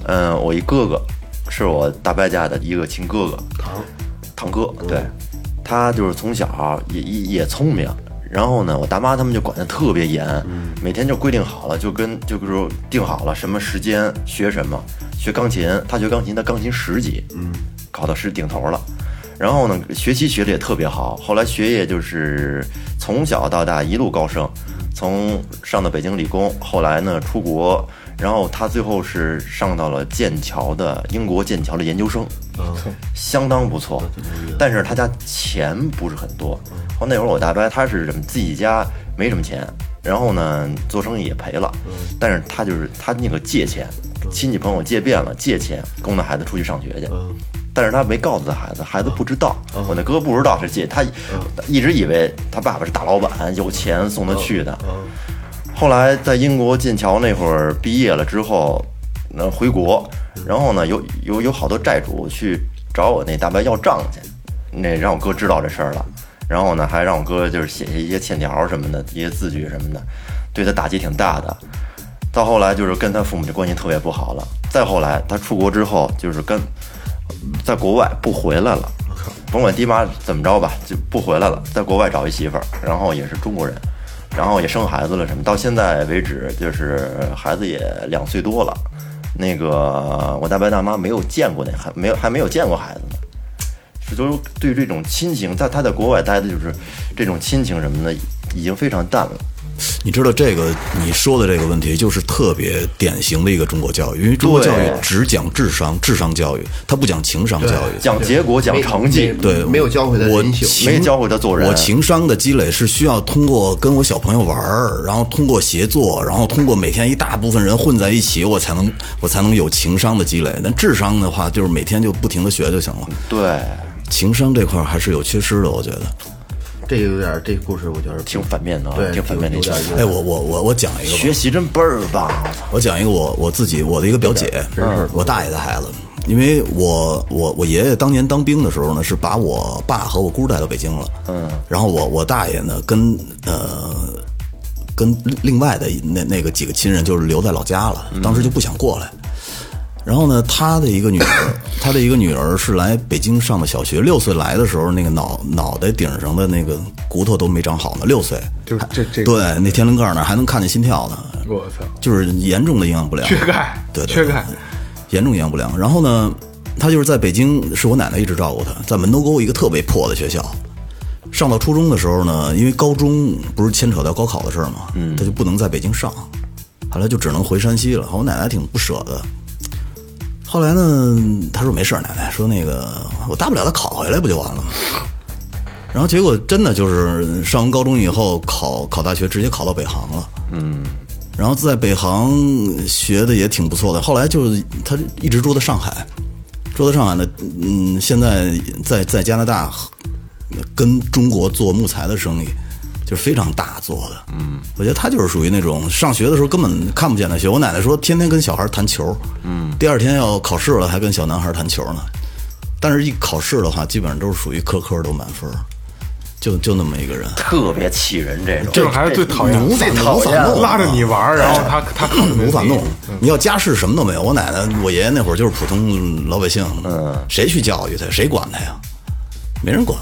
Speaker 5: 嗯，我一哥哥是我大伯家的一个亲哥哥，堂堂哥，对，他就是从小也也也聪明。然后呢，我大妈他们就管得特别严，每天就规定好了，就跟就是说定好了什么时间学什么，学钢琴，他学钢琴，他钢琴十级，嗯，考到十顶头了。然后呢，学习学的也特别好，后来学业就是从小到大一路高升，从上的北京理工，后来呢出国，然后他最后是上到了剑桥的英国剑桥的研究生，相当不错。但是他家钱不是很多，然后那会儿我大伯他是什么自己家没什么钱，然后呢做生意也赔了，但是他就是他那个借钱，亲戚朋友借遍了借钱供那孩子出去上学去。但是他没告诉他孩子，孩子不知道。我那哥不知道是借，他一直以为他爸爸是大老板，有钱送他去的。后来在英国剑桥那会儿毕业了之后，那回国，然后呢，有有有好多债主去找我那大伯要账去，那让我哥知道这事儿了，然后呢，还让我哥就是写下一些欠条什么的，一些字据什么的，对他打击挺大的。到后来就是跟他父母就关系特别不好了。再后来他出国之后，就是跟在国外不回来了，甭管爹妈怎么着吧，就不回来了，在国外找一媳妇儿，然后也是中国人。然后也生孩子了什么，到现在为止就是孩子也两岁多了，那个我大伯大妈没有见过那孩，没有还没有见过孩子呢。是就是对这种亲情，在他在国外待的就是这种亲情什么的，已经非常淡了。
Speaker 6: 你知道这个你说的这个问题，就是特别典型的一个中国教育，因为中国教育
Speaker 5: 对
Speaker 6: 只讲智商，智商教育，它不讲情商教育。
Speaker 5: 讲结果，讲
Speaker 3: 没
Speaker 5: 成绩，
Speaker 6: 对，
Speaker 3: 没有教会他
Speaker 6: 我
Speaker 3: 人性
Speaker 6: 情
Speaker 5: 没教会他做人
Speaker 6: 我情商的积累是需要通过跟我小朋友玩儿，然后通过协作，然后通过每天一大部分人混在一起，我才能我才能有情商的积累。但智商的话，就是每天就不停的学就行了。
Speaker 5: 对，
Speaker 6: 情商这块儿还是有缺失的，我觉得。
Speaker 3: 这有点这故事，我觉得
Speaker 5: 挺反面的啊
Speaker 3: 对，
Speaker 5: 挺反面的一
Speaker 3: 有
Speaker 5: 件
Speaker 3: 点
Speaker 5: 事。
Speaker 6: 哎，我我我我讲一个吧。
Speaker 5: 学习真倍儿棒，
Speaker 6: 我讲一个我我自己我的一个表姐，嗯我大爷的孩子，因为我我我爷爷当年当兵的时候呢，是把我爸和我姑带到北京了，嗯，然后我我大爷呢跟呃跟另外的那那个几个亲人就是留在老家了，
Speaker 2: 嗯
Speaker 6: 当时就不想过来。然后呢，他的一个女 儿，他的一个女儿是来北京上的小学，六岁来的时候，那个脑脑袋顶上的那个骨头都没长好呢，六岁，
Speaker 2: 就是这这
Speaker 6: 对，那天灵盖那儿还能看见心跳呢，
Speaker 2: 我操，
Speaker 6: 就是严重的营养不良，
Speaker 2: 缺钙，
Speaker 6: 对对
Speaker 2: 缺钙，
Speaker 6: 严重营养不良。然后呢，他就是在北京，是我奶奶一直照顾他，在门头沟一个特别破的学校。上到初中的时候呢，因为高中不是牵扯到高考的事儿嘛，
Speaker 2: 嗯
Speaker 6: 他就不能在北京上，后来就只能回山西了。我奶奶挺不舍的。后来呢，她说没事儿，奶奶说那个我大不了他考回来不就完了吗？然后结果真的就是上完高中以后考考大学，直接考到北航了。然后在北航学的也挺不错的，后来就是他一直住在上海，住在上海呢，嗯，现在在在加拿大跟中国做木材的生意，就是非常大做的。嗯，我觉得他就是属于那种上学的时候根本看不见他学。我奶奶说，天天跟小孩弹球，嗯，第二天要考试了还跟小男孩弹球呢。但是，一考试的话，基本上都是属于科科都满分，就就那么一个人。
Speaker 5: 特别气人这种。
Speaker 2: 这种孩子最讨厌，
Speaker 6: 无法无法
Speaker 5: 啊
Speaker 6: 弄，
Speaker 2: 拉着你玩儿，然后他他考虑
Speaker 6: 嗯无法弄。你要家世什么都没有，我奶奶、我爷爷那会儿就是普通老百姓，
Speaker 3: 嗯
Speaker 6: 谁去教育他？谁管他呀？没人管。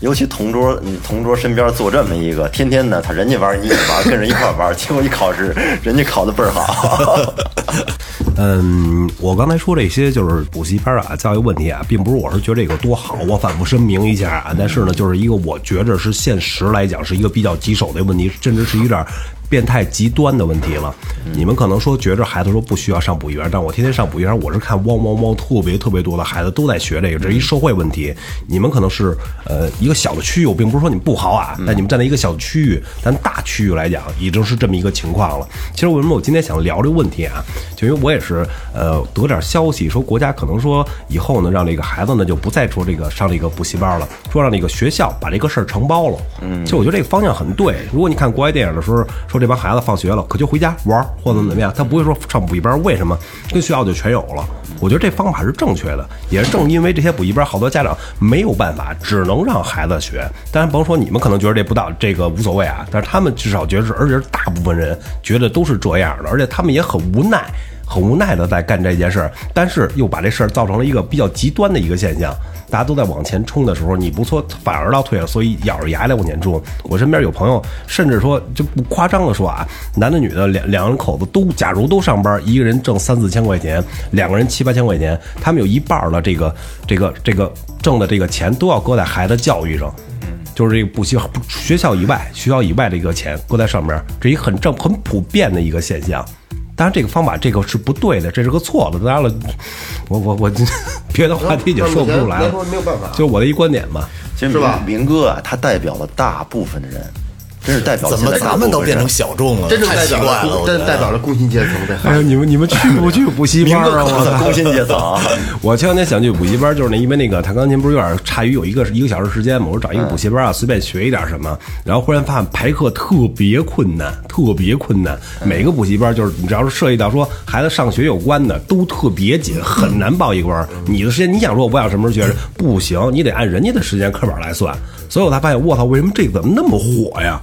Speaker 5: 尤其同桌，你同桌身边坐这么一个，天天的他人家玩儿你也玩儿，跟人一块儿玩儿，结果一考试， 人家考的倍儿好。
Speaker 4: 嗯，我刚才说这些就是补习班啊，教育问题啊，并不是我是觉得这个多好，我反复声明一下啊。但是呢，就是一个我觉着是现实来讲是一个比较棘手的问题，甚至是有点变态极端的问题了。你们可能说觉着孩子说不需要上补习班，但我天天上补习班，我是看汪汪汪特别特别多的孩子都在学这个，这是一社会问题。你们可能是呃一个小的区域，我并不是说你们不好啊，但你们站在一个小区域，咱大区域来讲已经是这么一个情况了。其实为什么我今天想聊这个问题啊？就因为我也是呃得点消息说国家可能说以后呢让这个孩子呢就不再说这个上这个补习班了，说让这个学校把这个事儿承包了。嗯，其实我觉得这个方向很对。如果你看国外电影的时候，说这帮孩子放学了可就回家玩儿或者怎么怎么样，他不会说上补习班，为什么？跟学校就全有了。我觉得这方法是正确的，也是正因为这些补习班好多家长没有办法，只能让孩子学。当然，甭说你们可能觉得这不到这个无所谓啊，但是他们至少觉得是，而且是大部分人觉得都是这样的，而且他们也很无奈。很无奈的在干这件事儿，但是又把这事儿造成了一个比较极端的一个现象。大家都在往前冲的时候，你不错，反而倒退了，所以咬着牙来往前冲。我身边有朋友，甚至说就不夸张的说啊，男的女的两两人口子都，假如都上班，一个人挣三四千块钱，两个人七八千块钱，他们有一半儿的这个这个这个挣的这个钱都要搁在孩子教育上。就是这个补习学校以外，学校以外这个钱搁在上面，这一很正很普遍的一个现象。当然，这个方法这个是不对的，这是个错的。当然了，我我我别的话题已经说不出来
Speaker 3: 那
Speaker 4: 了
Speaker 3: 那，没有办法
Speaker 4: 就是我的一观点吧。
Speaker 5: 其实
Speaker 3: 是吧
Speaker 5: 明明哥啊，他代表了大部分人，真是代表了
Speaker 6: 怎
Speaker 5: 现
Speaker 6: 么
Speaker 5: 在大
Speaker 6: 咱
Speaker 5: 部分
Speaker 6: 们都变
Speaker 5: 人
Speaker 6: 成小众了？
Speaker 3: 真正
Speaker 6: 太
Speaker 3: 代
Speaker 6: 奇
Speaker 3: 表
Speaker 6: 怪了，
Speaker 3: 了，
Speaker 6: 我觉
Speaker 3: 真代
Speaker 6: 得。
Speaker 3: 表了工薪阶层的。
Speaker 4: 哎呀，你们你们去不去补习班啊？我操！
Speaker 5: 工薪阶层啊，
Speaker 4: 我前两天想去补习班，就是那因为那个弹钢琴不是有点差于有一个一个小时时间嘛，我说找一个补习班啊，随便学一点什么，然后忽然发现排课特别困难，特别困难。每个补习班就是你只要是涉及到说孩子上学有关的，都特别紧，很难报一个班儿。你的时间你想说我不想什么时候学，不行，你得按人家的时间课表来算。所以我才发现，我操，为什么这个怎么那么火呀？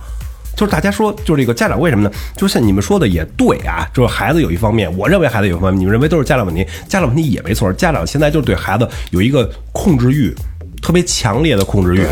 Speaker 4: 就是大家说，就是这个家长为什么呢？就是像你们说的也对啊，就是孩子有一方面，我认为孩子有一方面，你们认为都是家长问题，家长问题也没错。家长现在就是对孩子有一个控制欲，特别强烈的控制欲。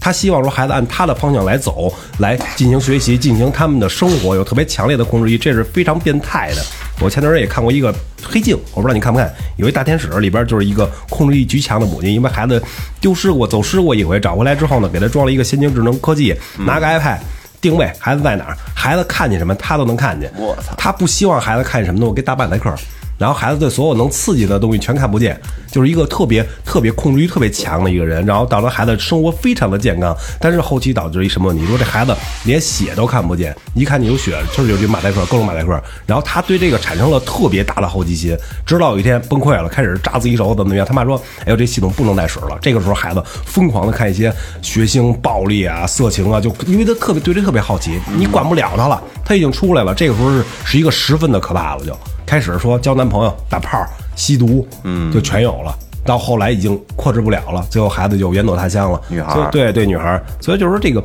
Speaker 4: 他希望说孩子按他的方向来走，来进行学习，进行他们的生活，有特别强烈的控制欲，这是非常变态的。我前段时间也看过一个《黑镜》，我不知道你看不看，有一大天使里边就是一个控制欲极强的母亲，因为孩子丢失过、走失过一回，找回来之后呢，给他装了一个先进智能科技，拿个 iPad。定位孩子在哪儿，孩子看见什么他都能看见。
Speaker 5: 我操
Speaker 4: 他不希望孩子看见什么东西，给大半台课。然后孩子对所有能刺激的东西全看不见，就是一个特别特别控制欲特别强的一个人。然后导致孩子生活非常的健康，但是后期导致一什么问题？你说这孩子连血都看不见，一看见有血就是有这马赛克，各种马赛克。然后他对这个产生了特别大的好奇心，直到有一天崩溃了，开始扎自己手怎么怎么样。他妈说：“哎呦，这系统不能再使了。”这个时候孩子疯狂的看一些血腥、暴力啊、色情啊，就因为他特别对这特别好奇，你管不了他了，他已经出来了。这个时候是是一个十分的可怕了，就开始说交男朋友、打炮、吸毒，嗯，就全有了。到后来已经控制不了了，最后孩子就远走他乡了。
Speaker 5: 女孩儿
Speaker 4: 所以对对，女孩儿，所以就是说这个。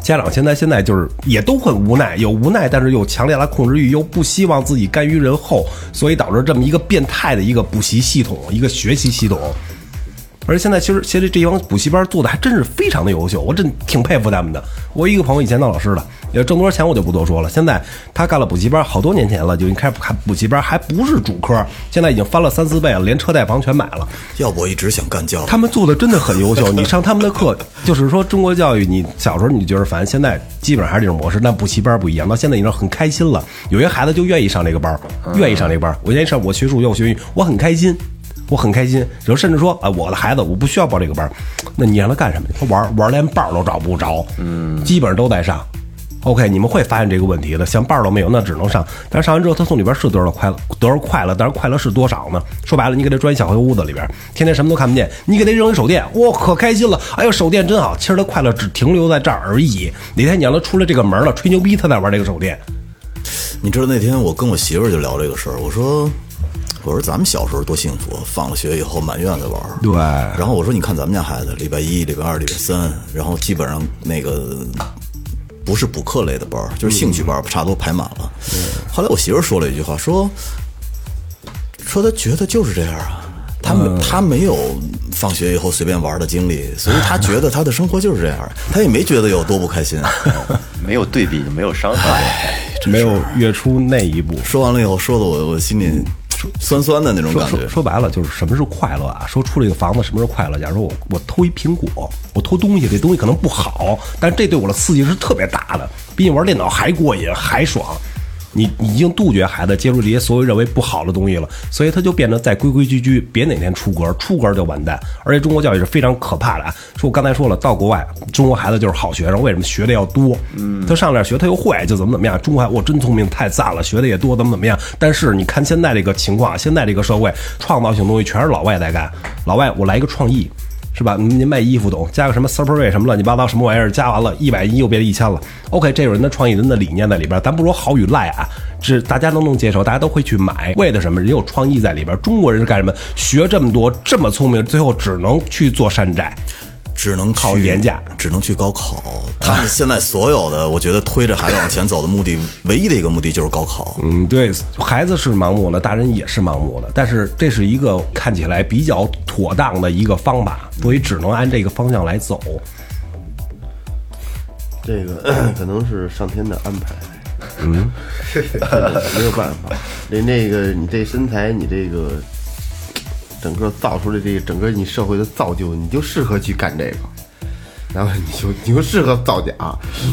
Speaker 4: 家长现在现在就是也都很无奈，有无奈，但是又强烈的控制欲，又不希望自己甘于人后，所以导致这么一个变态的一个补习系统，一个学习系统。而现在其实其实这帮补习班做的还真是非常的优秀，我真挺佩服他们的。我有一个朋友以前当老师的，也挣多少钱我就不多说了。现在他干了补习班，好多年前了，就已经开始开补习班，还不是主科，现在已经翻了三四倍了，连车带房全买了。
Speaker 6: 要不我一直想干教育，
Speaker 4: 他们做的真的很优秀。你上他们的课，就是说中国教育，你小时候你觉得烦，现在基本上还是这种模式。但补习班不一样，到现在已经很开心了。有些孩子就愿意上这个班儿，愿意上这个班儿。我愿意上，我学数学，我学英语，我很开心，我很开心。然后甚至说啊，我的孩子我不需要报这个班儿，那你让他干什么？他玩儿玩，连伴儿都找不着，嗯，基本上都在上。OK，你们会发现这个问题的，像伴儿都没有，那只能上。但是上完之后，他送里边是得到快乐，得到快乐，但是快乐是多少呢？说白了，你给他装一小黑屋子里边，天天什么都看不见，你给他扔一手电，我可开心了。哎呦，手电真好。其实他快乐只停留在这儿而已。哪天你让他出来这个门了，吹牛逼，他在玩这个手电。
Speaker 6: 你知道那天我跟我媳妇儿就聊这个事儿，我说，我说咱们小时候多幸福，放了学以后满院子玩儿。
Speaker 4: 对
Speaker 6: 然后我说你看咱们家孩子，礼拜一、礼拜二、礼拜三，然后基本上那个不是补课类的班儿，就是兴趣班儿，差不多排满了。
Speaker 4: 嗯
Speaker 6: 后来我媳妇儿说了一句话，说说她觉得就是这样啊。她
Speaker 4: 嗯
Speaker 6: 没她没有放学以后随便玩儿的经历，所以她觉得她的生活就是这样， 她也没觉得有多不开心。
Speaker 5: 没有对比就没有伤
Speaker 6: 哎
Speaker 5: 害。
Speaker 4: 没有跃出那一步。
Speaker 6: 说完了以后，说的我我心里酸酸的那种
Speaker 4: 嗯说
Speaker 6: 感觉
Speaker 4: 说。说白了就是什么是快乐啊？说出这个房子什么是快乐？假如说我我偷一苹果，我偷东西，这东西可能不好，但这对我的刺激是特别大的，比你玩电脑还过瘾还爽。你你已经杜绝孩子接触这些所有认为不好的东西了，所以他就变得再规规矩矩，别哪天出格，出格就完蛋。而且中国教育是非常可怕的啊！说我刚才说了，到国外中国孩子就是好学生，为什么学的要多？嗯，他上来学他又会，就怎么怎么样。中国孩子我真聪明，太赞了，学的也多，怎么怎么样。但是你看现在这个情况，现在这个社会创造性东西全是老外在干，老外我来一个创意。是吧？您卖衣服懂，加个什么 Superway 什么乱七八糟什么玩意儿，加完了一百一又变一千了。OK，这有人的创意，人的理念在里边，咱不说好与赖啊，是大家都能接受，大家都会去买。为的什么？人有创意在里边。中国人是干什么？学这么多，这么聪明，最后只能去做山寨。
Speaker 6: 只能
Speaker 4: 考
Speaker 6: 去
Speaker 4: 廉价
Speaker 6: 只能去高考。他们现在所有的，我觉得推着孩子往前走的目的，唯一的一个目的就是高考。
Speaker 4: 嗯，对，孩子是盲目的，大人也是盲目的，但是这是一个看起来比较妥当的一个方法，所以只能按这个方向来走。
Speaker 3: 这个 可能是上天的安排。嗯，没有办法。那那个，你这身材，你这个整个造出来这个整个你社会的造就，你就适合去干这个。然后你就你就适合造假，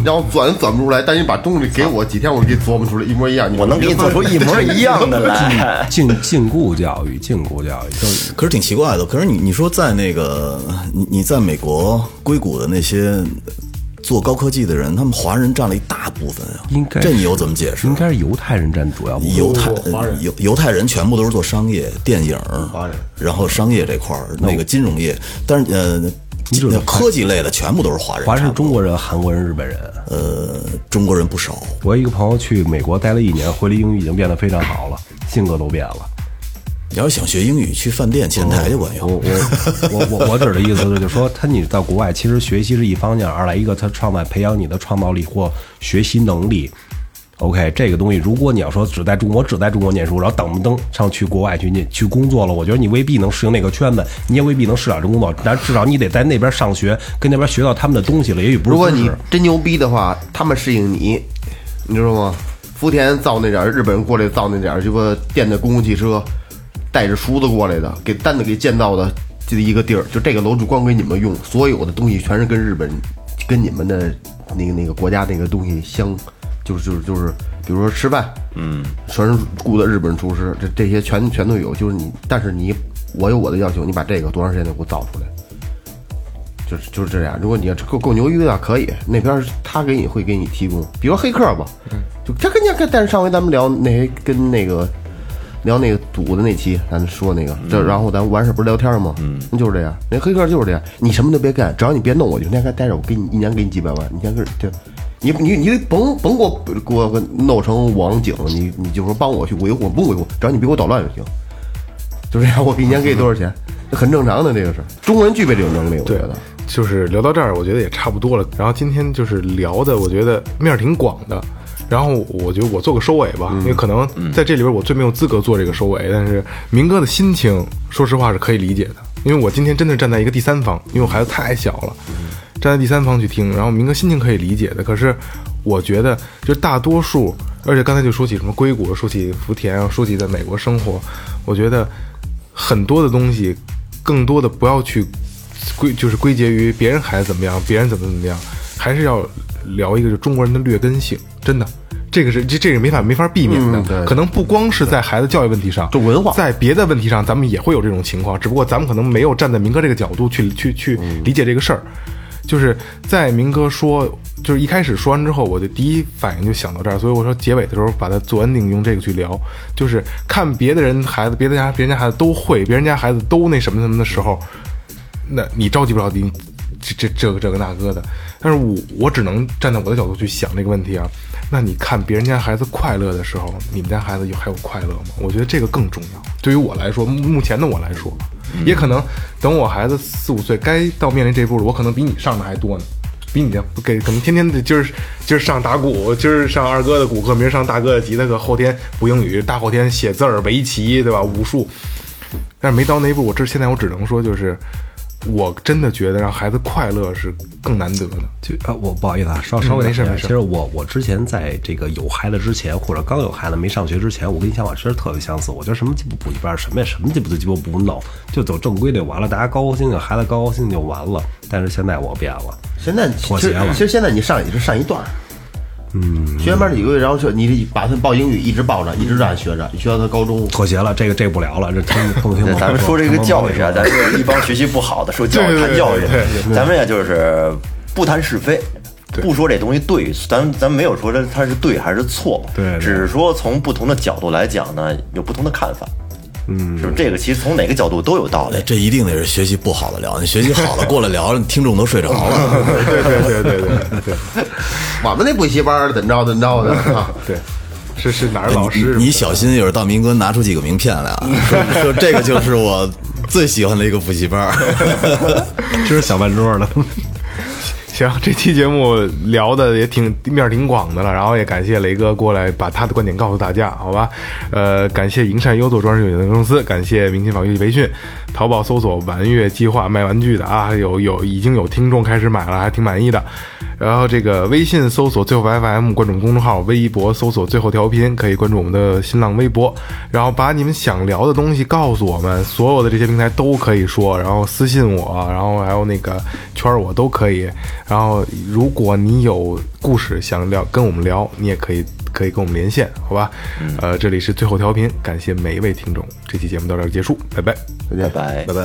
Speaker 3: 然后转也转不出来。但你把东西给我几天，我就给你琢磨出来一模一样。你
Speaker 5: 我能给你做出一模一样的来。
Speaker 4: 禁 禁锢教育，禁锢教育就是
Speaker 6: 可是挺奇怪的。可是你你说在那个你你在美国硅谷的那些做高科技的人，他们华人占了一大部分啊。
Speaker 4: 应该
Speaker 6: 这你
Speaker 4: 是
Speaker 6: 又怎么解释
Speaker 4: 应？该是犹太人占主要部分。
Speaker 6: 犹太犹犹太人全部都是做商业、电影、华人，然后商业这块儿那个金融业，但是呃
Speaker 4: 这个，
Speaker 6: 科技类的全部都是华人。
Speaker 4: 华人是中国人、韩国人、日本人。
Speaker 6: 呃中国人不少，
Speaker 4: 我有一个朋友去美国待了一年，回来英语已经变得非常好了，性格都变了。
Speaker 6: 你要是想学英语，去饭店前台就管用。
Speaker 4: 我我我我我指的意思就是说，他你在国外其实学习是一方面，二来一个他创造培养你的创造力或学习能力。 OK，这个东西，如果你要说只在中国，只在中国念书，然后等不登上去国外去念去工作了，我觉得你未必能适应那个圈子，你也未必能适应这工作，但至少你得在那边上学，跟那边学到他们的东西了，也许不是。
Speaker 3: 如果你真牛逼的话，他们适应你，你知道吗？福田造那点儿日本人过来造那点儿鸡巴电的公共汽车，带着梳子过来的，给单子给建造的这一个地儿，就这个楼就光给你们用，所有的东西全是跟日本、跟你们的那个那个国家那个东西相，就是就是就是，比如说吃饭，嗯，全是雇的日本厨师，这这些全全都有，就是你，但是你我有我的要求，你把这个多长时间内给我造出来。就是就是这样。如果你要够够牛逼的话，可以那边儿他给你会给你提供，比如黑客吧，就这跟这跟，但是上回咱们聊那谁跟那个聊那个赌的那期，咱们说那个，这然后咱们完事儿不是聊天吗？嗯，那就是这样，那黑客就是这样，你什么都别干，只要你别弄我，就天天待着，我给你一年给你几百万，你先跟就。你你你甭甭给我给我给我弄成网警，你你就说帮我去维护，我不维护，只要你别给我捣乱就行。就这样，我一年给你多少钱，这很正常的，这个是中国人具备这种能力，我觉
Speaker 2: 对
Speaker 3: 得。
Speaker 2: 就是聊到这儿，我觉得也差不多了。然后今天就是聊的，我觉得面儿挺广的。然后我觉得我做个收尾吧，
Speaker 3: 嗯
Speaker 2: 因为可能在这里边我最没有资格做这个收尾，但是明哥的心情，说实话是可以理解的，因为我今天真的站在一个第三方，因为我孩子太小了，
Speaker 3: 嗯
Speaker 2: 站在第三方去听，然后明哥心情可以理解的。可是我觉得，就大多数，而且刚才就说起什么硅谷，说起福田啊，说起在美国生活，我觉得很多的东西，更多的不要去归就是归结于别人孩子怎么样，别人怎么怎么样，还是要聊一个就中国人的劣根性，真的，这个是这这个没法没法避免的、可能不光是在孩子教育问题上，就文化，在别的问题上，咱们也会有这种情况，只不过咱们可能没有站在明哥这个角度去去去理解这个事儿。就是在明哥说，就是一开始说完之后，我的第一反应就想到这儿，所以我说结尾的时候把它做 ending 用这个去聊，就是看别的人孩子，别的家别人家孩子都会，别人家孩子都那什么什么的时候，那你着急不着急？这这这个这个那个的，但是我我只能站在我的角度去想这个问题啊。那你看别人家孩子快乐的时候，你们家孩子有还有快乐吗？我觉得这个更重要。对于我来说，目目前的我来说，也可能等我孩子四五岁该到面临这一步了，我可能比你上的还多呢。比你的给可能天天的今儿今儿上打鼓，今儿上二哥的鼓课，明儿上大哥的吉他课，后天补英语，大后天写字儿、围棋，对吧？武术，但是没到那一步，我这现在我只能说，就是我真的觉得让孩子快乐是更难 得的。
Speaker 4: 就啊，我不好意思啊，稍稍微
Speaker 2: 嗯没事
Speaker 4: 打断
Speaker 2: 没事
Speaker 4: 一下其实我我之前在这个有孩子之前，或者刚有孩子没上学之前，我跟你想法其实特别相似。我觉得什么鸡巴补一半，什么呀，什么鸡巴都鸡巴不弄，就走正规就完了，大家高高兴兴，啊孩子高高兴兴就完了。但是现在我变了，
Speaker 3: 现在其
Speaker 4: 妥协
Speaker 3: 实
Speaker 4: 了
Speaker 3: 其实现在你上也是上一段儿，嗯，学前班几个月，然后就你把他报英语一直报着，一直让他学着，你学到他高中。
Speaker 4: 妥协了，这个这个不聊了，这听不听不听。
Speaker 5: 咱们说这个教育啊，
Speaker 4: 咱
Speaker 5: 咱是一帮学习不好的说教育谈教育，咱们也就是不谈是非。不说这东西对，咱咱没有说这它是对还是错，
Speaker 4: 对对
Speaker 5: 只是说从不同的角度来讲呢，有不同的看法，嗯，是不是这个其实从哪个角度都有道理
Speaker 6: 哎，，这一定得是学习不好的聊，你学习好了过来聊，听众都睡着了。
Speaker 2: 对对对对对对
Speaker 3: 我们那补习班儿怎么着怎么着的啊，
Speaker 2: 对，是是哪儿
Speaker 6: 哎 你
Speaker 2: 老师？
Speaker 6: 你小心，一会儿到民哥拿出几个名片来 啊！说说这个就是我最喜欢的一个补习班 儿。
Speaker 4: 这是小半桌了。
Speaker 2: 行，这期节目聊的也挺面儿挺广的了，然后也感谢雷哥过来把他的观点告诉大家，好吧？呃，感谢营善优作装饰有限公司，感谢明星法律培训，淘宝搜索“玩乐计划”卖玩具的啊，有有已经有听众开始买了，还挺满意的。然后这个微信搜索最后 FM，关注公众号；微博搜索最后调频，可以关注我们的新浪微博。然后把你们想聊的东西告诉我们，所有的这些平台都可以说，然后私信我，然后还有那个圈儿我都可以。然后如果你有故事想聊跟我们聊，你也可以可以跟我们连线，好吧？呃，这里是最后调频，感谢每一位听众，这期节目到这儿结束，拜拜。
Speaker 5: 拜拜。
Speaker 6: 拜拜。